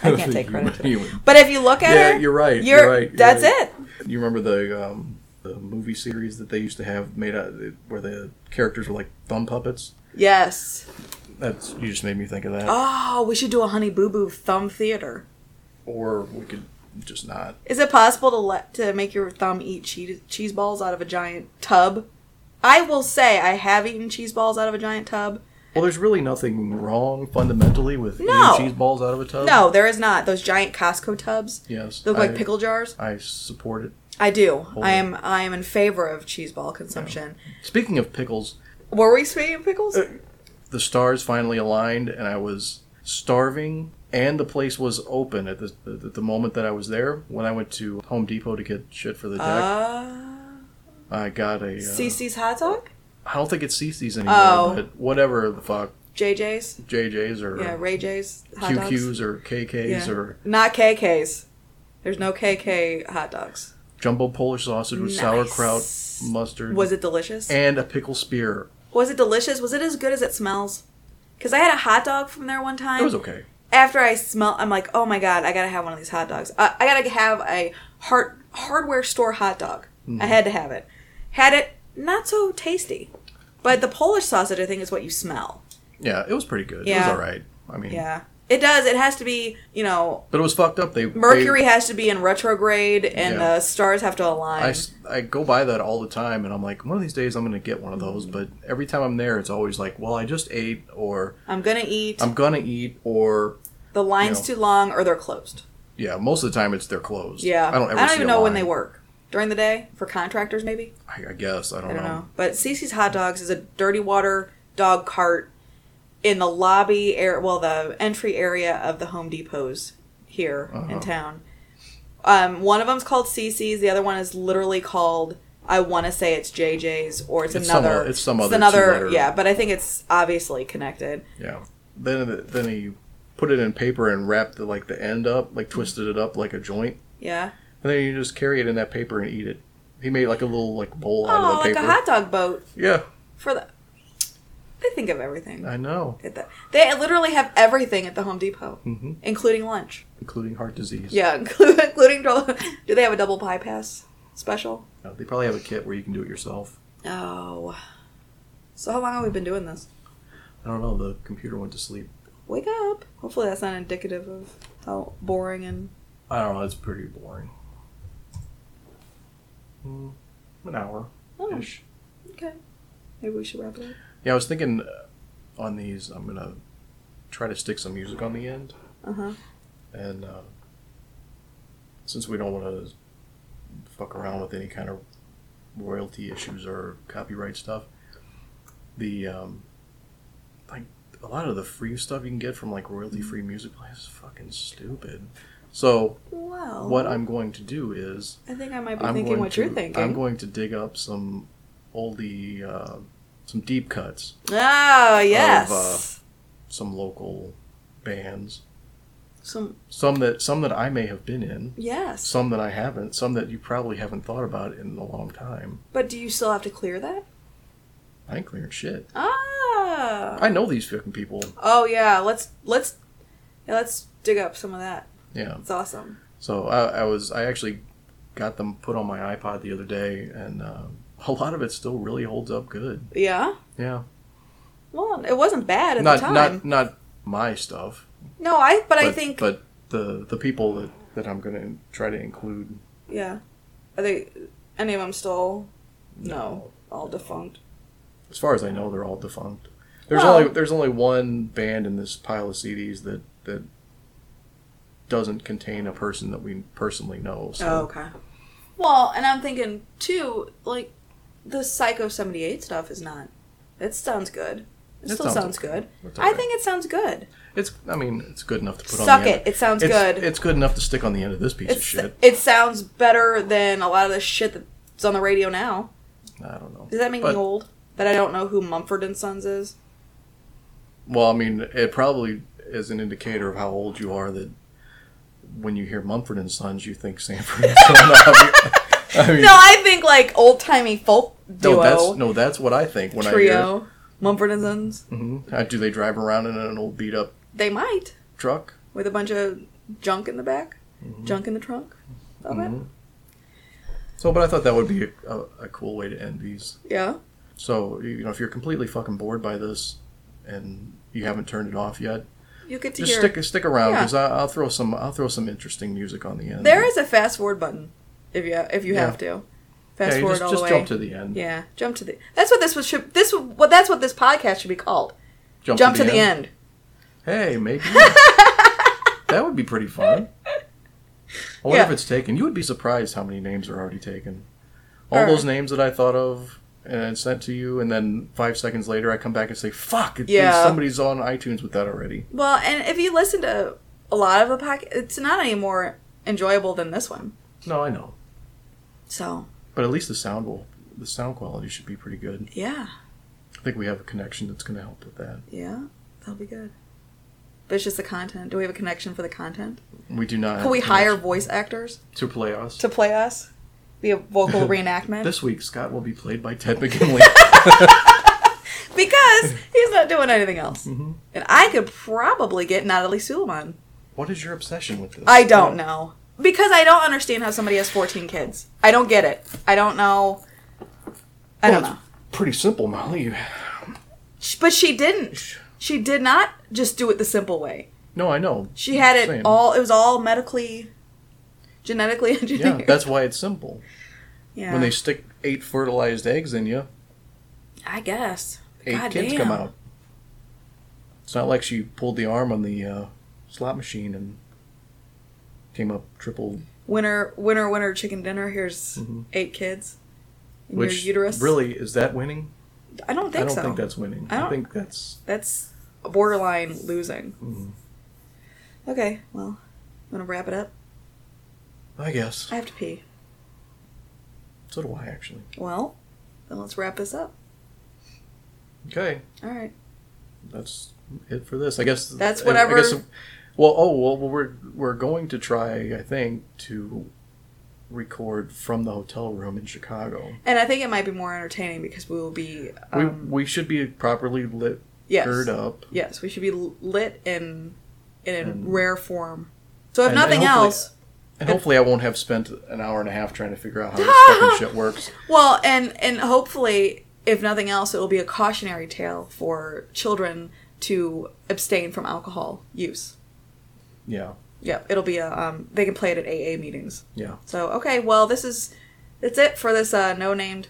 C: I can't take
B: Human-
C: credit. for it.
B: human-
C: But if you look at
B: Yeah,
C: her,
B: you're right,
C: You're,
B: you're right, you're
C: That's
B: right.
C: it.
B: You remember the um, the movie series that they used to have made out where the characters were like thumb puppets?
C: Yes.
B: That's you just made me think of that.
C: Oh, we should do a Honey Boo Boo thumb theater.
B: Or we could just not.
C: Is it possible to let to make your thumb eat cheese, cheese balls out of a giant tub? I will say I have eaten cheese balls out of a giant tub.
B: Well, there's really nothing wrong fundamentally with
C: No.
B: eating cheese balls out of a tub.
C: No, there is not. Those giant Costco tubs
B: Yes.
C: look like
B: Oh. I-
C: pickle jars.
B: I support it.
C: I do. I am I am in favor of cheese ball consumption.
B: Speaking of pickles,
C: Were we speaking of pickles?
B: Uh, the stars finally aligned and I was starving and the place was open at the at the moment that I was there when I went to Home Depot to get shit for the deck.
C: Uh,
B: I got a uh,
C: CC's hot dog,
B: I don't think it's CC's anymore,
C: Oh.
B: but whatever the fuck
C: JJ's,
B: JJ's or
C: yeah, Ray J's hot dogs,
B: QQ's or KK's
C: Yeah.
B: or
C: not KK's. There's no KK hot dogs.
B: jumbo Polish sausage with
C: Nice.
B: sauerkraut, mustard,
C: Was it delicious?
B: and a pickle spear.
C: Was it delicious? Was it as good as it smells? Because I had a hot dog from there one time.
B: It was okay.
C: After I smell, I'm like, oh my god, I gotta have one of these hot dogs. I, I gotta have a hard hardware store hot dog.
B: Mm-hmm.
C: I had to have it. Had it, not so tasty. But the Polish sausage, I think, is what you smell.
B: Yeah, it was pretty good. It
C: Yeah.
B: was all right. I mean,
C: Yeah, it does. It has to be, you know,
B: but it was fucked up. They
C: Mercury
B: They,
C: has to be in retrograde, and
B: Yeah.
C: the stars have to align.
B: I, s- I go by that all the time, and I'm like, one of these days I'm going to get one of those. But every time I'm there, it's always like, well, I just ate, or
C: I'm gonna eat.
B: I'm going to eat, or
C: the line's
B: you
C: too long, or they're closed.
B: yeah. Most of the time, it's they're closed.
C: Yeah,
B: I don't ever. see
C: even
B: a
C: know when
B: line.
C: they work during the day for contractors, maybe.
B: I, I guess I don't,
C: I don't
B: know.
C: know. But Cece's Hot Dogs is a dirty water dog cart in the lobby area, well, the entry area of the Home Depots here
B: Uh-huh.
C: in town. Um, one of them's called Cece's. The other one is literally called. I want to say it's JJ's or it's,
B: It's some
C: another.
B: o- it's some other two-letter-
C: another. Yeah, but I think it's obviously connected.
B: Yeah. Then then he put it in paper and wrapped the like the end up, like twisted it up like a joint,
C: Yeah.
B: and then you just carry it in that paper and eat it. He made like a little like bowl out
C: Oh,
B: of the
C: like
B: paper.
C: a hot dog boat
B: yeah,
C: for the. They think of everything.
B: I know,
C: At the- They literally have everything at the Home Depot,
B: Mhm.
C: including lunch.
B: including heart disease.
C: Yeah, inclu- including double. Do they have a double pie pass special?
B: Uh, They probably have a kit where you can do it yourself.
C: Oh. So how long have we been doing this?
B: I don't know. The computer went to sleep.
C: Wake up. Hopefully that's not indicative of how boring and
B: I don't know. It's pretty boring. Mm, an hour
C: oh,
B: ish.
C: okay. Maybe we should wrap it up.
B: Yeah, I was thinking uh, on these, I'm gonna try to stick some music on the end.
C: Uh huh.
B: And uh, since we don't want to fuck around with any kind of royalty issues or copyright stuff, the um, like a lot of the free stuff you can get from like royalty free music places is fucking stupid. So
C: Well,
B: what I'm going to do is
C: I think I might be
B: I'm
C: thinking
B: going
C: what
B: to,
C: you're thinking.
B: I'm going to dig up some oldie, uh, some deep cuts, uh,
C: oh yes.
B: some local bands,
C: Some
B: some that some that I may have been in.
C: yes.
B: some that I haven't, some that you probably haven't thought about in a long time.
C: But do you still have to clear that?
B: I ain't clearing shit.
C: Ah.
B: I know these fucking people.
C: Oh yeah. Let's let's yeah, let's dig up some of that.
B: Yeah.
C: It's awesome.
B: So I, I was, I actually got them put on my iPod the other day, and um, a lot of it still really holds up good.
C: Yeah.
B: Yeah.
C: Well, it wasn't bad at
B: Not,
C: the time.
B: not, not my stuff.
C: No, I. But, I
B: but-
C: think.
B: But the the people that that I'm gonna try to include.
C: yeah. Are they? Any of them still? No. All defunct.
B: As far as I know, they're all defunct. There's
C: Well-
B: only there's only one band in this pile of CDs that that doesn't contain a person that we personally know. So
C: Oh, okay. Well, and I'm thinking too, like the Psycho '78 stuff is not. It sounds good. It,
B: It
C: still sounds,
B: sounds
C: good.
B: okay. It's
C: I
B: okay.
C: think it sounds good.
B: it's I mean it's good enough to put on.
C: Suck
B: the
C: it.
B: End.
C: It sounds
B: it's,
C: good.
B: It's good enough to stick on the end of this piece of
C: It's,
B: shit.
C: it sounds better than a lot of the shit that's on the radio now.
B: I don't know.
C: Does that make
B: But-
C: me old? That I don't know who Mumford and Sons is.
B: Well, I mean, it probably is an indicator of how old you are that when you hear Mumford and Sons, you think Sanford and Son. I mean, I mean,
C: No, I think like old timey folk duo
B: no, that's no, that's what I think when
C: trio, Mumford and Sons.
B: I hear. Mhm. Uh, Do they drive around in an old beat up
C: They might
B: truck?
C: with a bunch of junk in the back,
B: Mm-hmm.
C: junk in the trunk. of it.
B: Mhm. So, but I thought that would be a, a cool way to end these.
C: Yeah.
B: So, you know, if you're completely fucking bored by this and you haven't turned it off yet,
C: You get to
B: just
C: hear.
B: stick stick around
C: Yeah.
B: because I'll throw some I'll throw some interesting music on the end.
C: There is a fast forward button if you if you
B: Yeah.
C: have to.
B: yeah,
C: Fast
B: you
C: forward
B: just,
C: all
B: just
C: the way.
B: jump to the end.
C: yeah, jump to the. That's what this was should this what that's what this podcast should be called. Jump, to, the, end.
B: Hey, maybe. that would be pretty fun. I wonder
C: Yeah.
B: if it's taken. You would be surprised how many names are already taken. All
C: Alright.
B: those names that I thought of uh, and sent to you, and then five seconds later I come back and say, fuck, it,
C: Yeah.
B: somebody's on iTunes with that already.
C: Well, and if you listen to a lot of the podcast, it's not any more enjoyable than this one.
B: No, I know.
C: So
B: But at least the sound will, the sound quality should be pretty good.
C: yeah,
B: I think we have a connection that's going to help with that.
C: yeah, that'll be good. But it's just the content. Do we have a connection for the content?
B: We do not.
C: Could
B: have
C: we
B: a
C: hire
B: connection
C: voice actors
B: to play us?
C: to play us? Be a vocal reenactment
B: This week, Scott will be played by Ted McGinley.
C: because he's not doing anything else.
B: Mm-hmm.
C: And I could probably get Natalie Suleiman.
B: what is your obsession with this?
C: I don't know. Because I don't understand how somebody has 14 kids. I don't get it. I don't know. I don't
B: Well,
C: know.
B: Pretty simple, Molly. You-
C: Sh- But she didn't. She did not just do it the simple way.
B: No, I know.
C: She had it
B: Same.
C: all, it was all medically, genetically engineered.
B: Yeah, that's why it's simple.
C: Yeah.
B: When they stick eight fertilized eggs in you,
C: I guess.
B: eight
C: God
B: kids
C: damn.
B: come out. It's not like she pulled the arm on the uh, slot machine and came up triple. mm-hmm.
C: Winner, winner, winner, chicken dinner. Here's eight kids.
B: Mm.
C: In
B: Which
C: your uterus.
B: really is that winning?
C: I don't think
B: I don't
C: so.
B: think that's winning.
C: I
B: I,
C: don't-
B: think that's mm-hmm.
C: That's borderline losing. Okay, well, want to wrap it up?
B: I guess.
C: I have to pee.
B: So do I actually.
C: Well, then let's wrap this up.
B: Okay,
C: All right.
B: that's it for this. I guess
C: That's
B: I- I,
C: whatever-
B: guess, well, oh well, we're we're going to try. I think to record from the hotel room in Chicago.
C: And I think it might be more entertaining because we will be
B: we
C: um,
B: we should be properly lit
C: yes,
B: geared up.
C: yes, we should be l- lit in in
B: And-
C: rare form. So if
B: and- and
C: nothing
B: hopefully-
C: else,
B: And hopefully I won't have spent an hour and a half trying to figure out how this fucking shit works.
C: well, and and hopefully, if nothing else, it will be a cautionary tale for children to abstain from alcohol use.
B: Yeah.
C: Yep, it'll be a um, they can play it at AA meetings.
B: Yeah.
C: So okay, well this is that's it for this uh, no named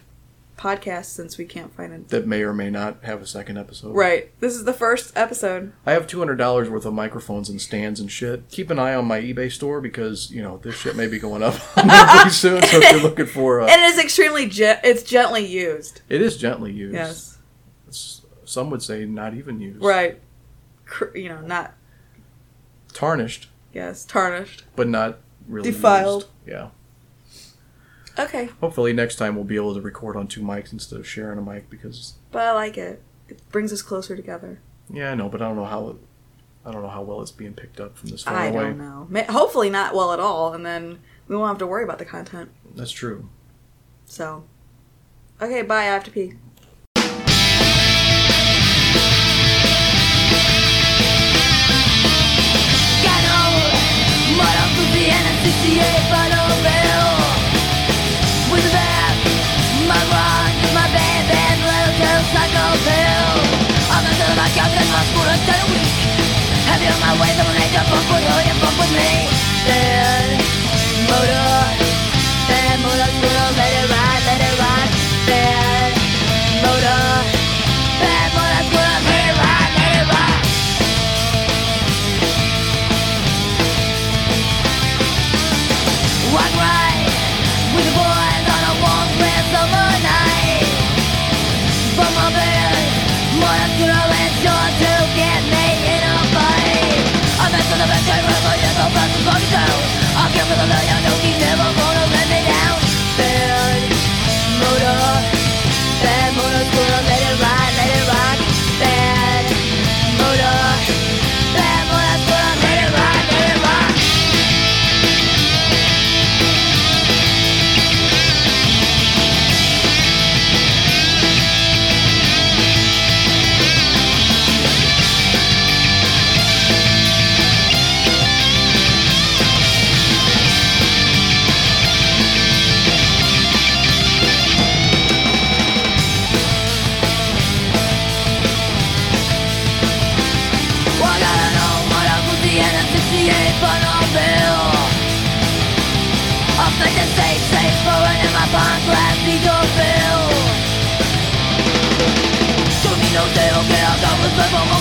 C: podcast since we can't find it.
B: That may or may not have a second episode.
C: Right, this is the first episode.
B: I have two hundred dollars worth of microphones and stands and shit. Keep an eye on my eBay store because you know this shit may be going up pretty soon. So if you're looking for, uh,
C: and it is extremely gen- it's gently used.
B: it is gently used.
C: Yes,
B: It's- some would say not even used.
C: right. Cr- you know, not
B: Tarnished,
C: yes, tarnished.
B: but not really
C: Defiled.
B: used. Yeah.
C: Okay,
B: Hopefully next time we'll be able to record on two mics instead of sharing a mic because
C: but I like it. It brings us closer together.
B: Yeah, I know, but I don't know how. I don't know how well it's being picked up from this far
C: I
B: away.
C: don't know. Ma- Hopefully not well at all, and then we won't have to worry about the content.
B: That's true.
C: So, okay, bye. I have to pee.
D: Let it rock. Never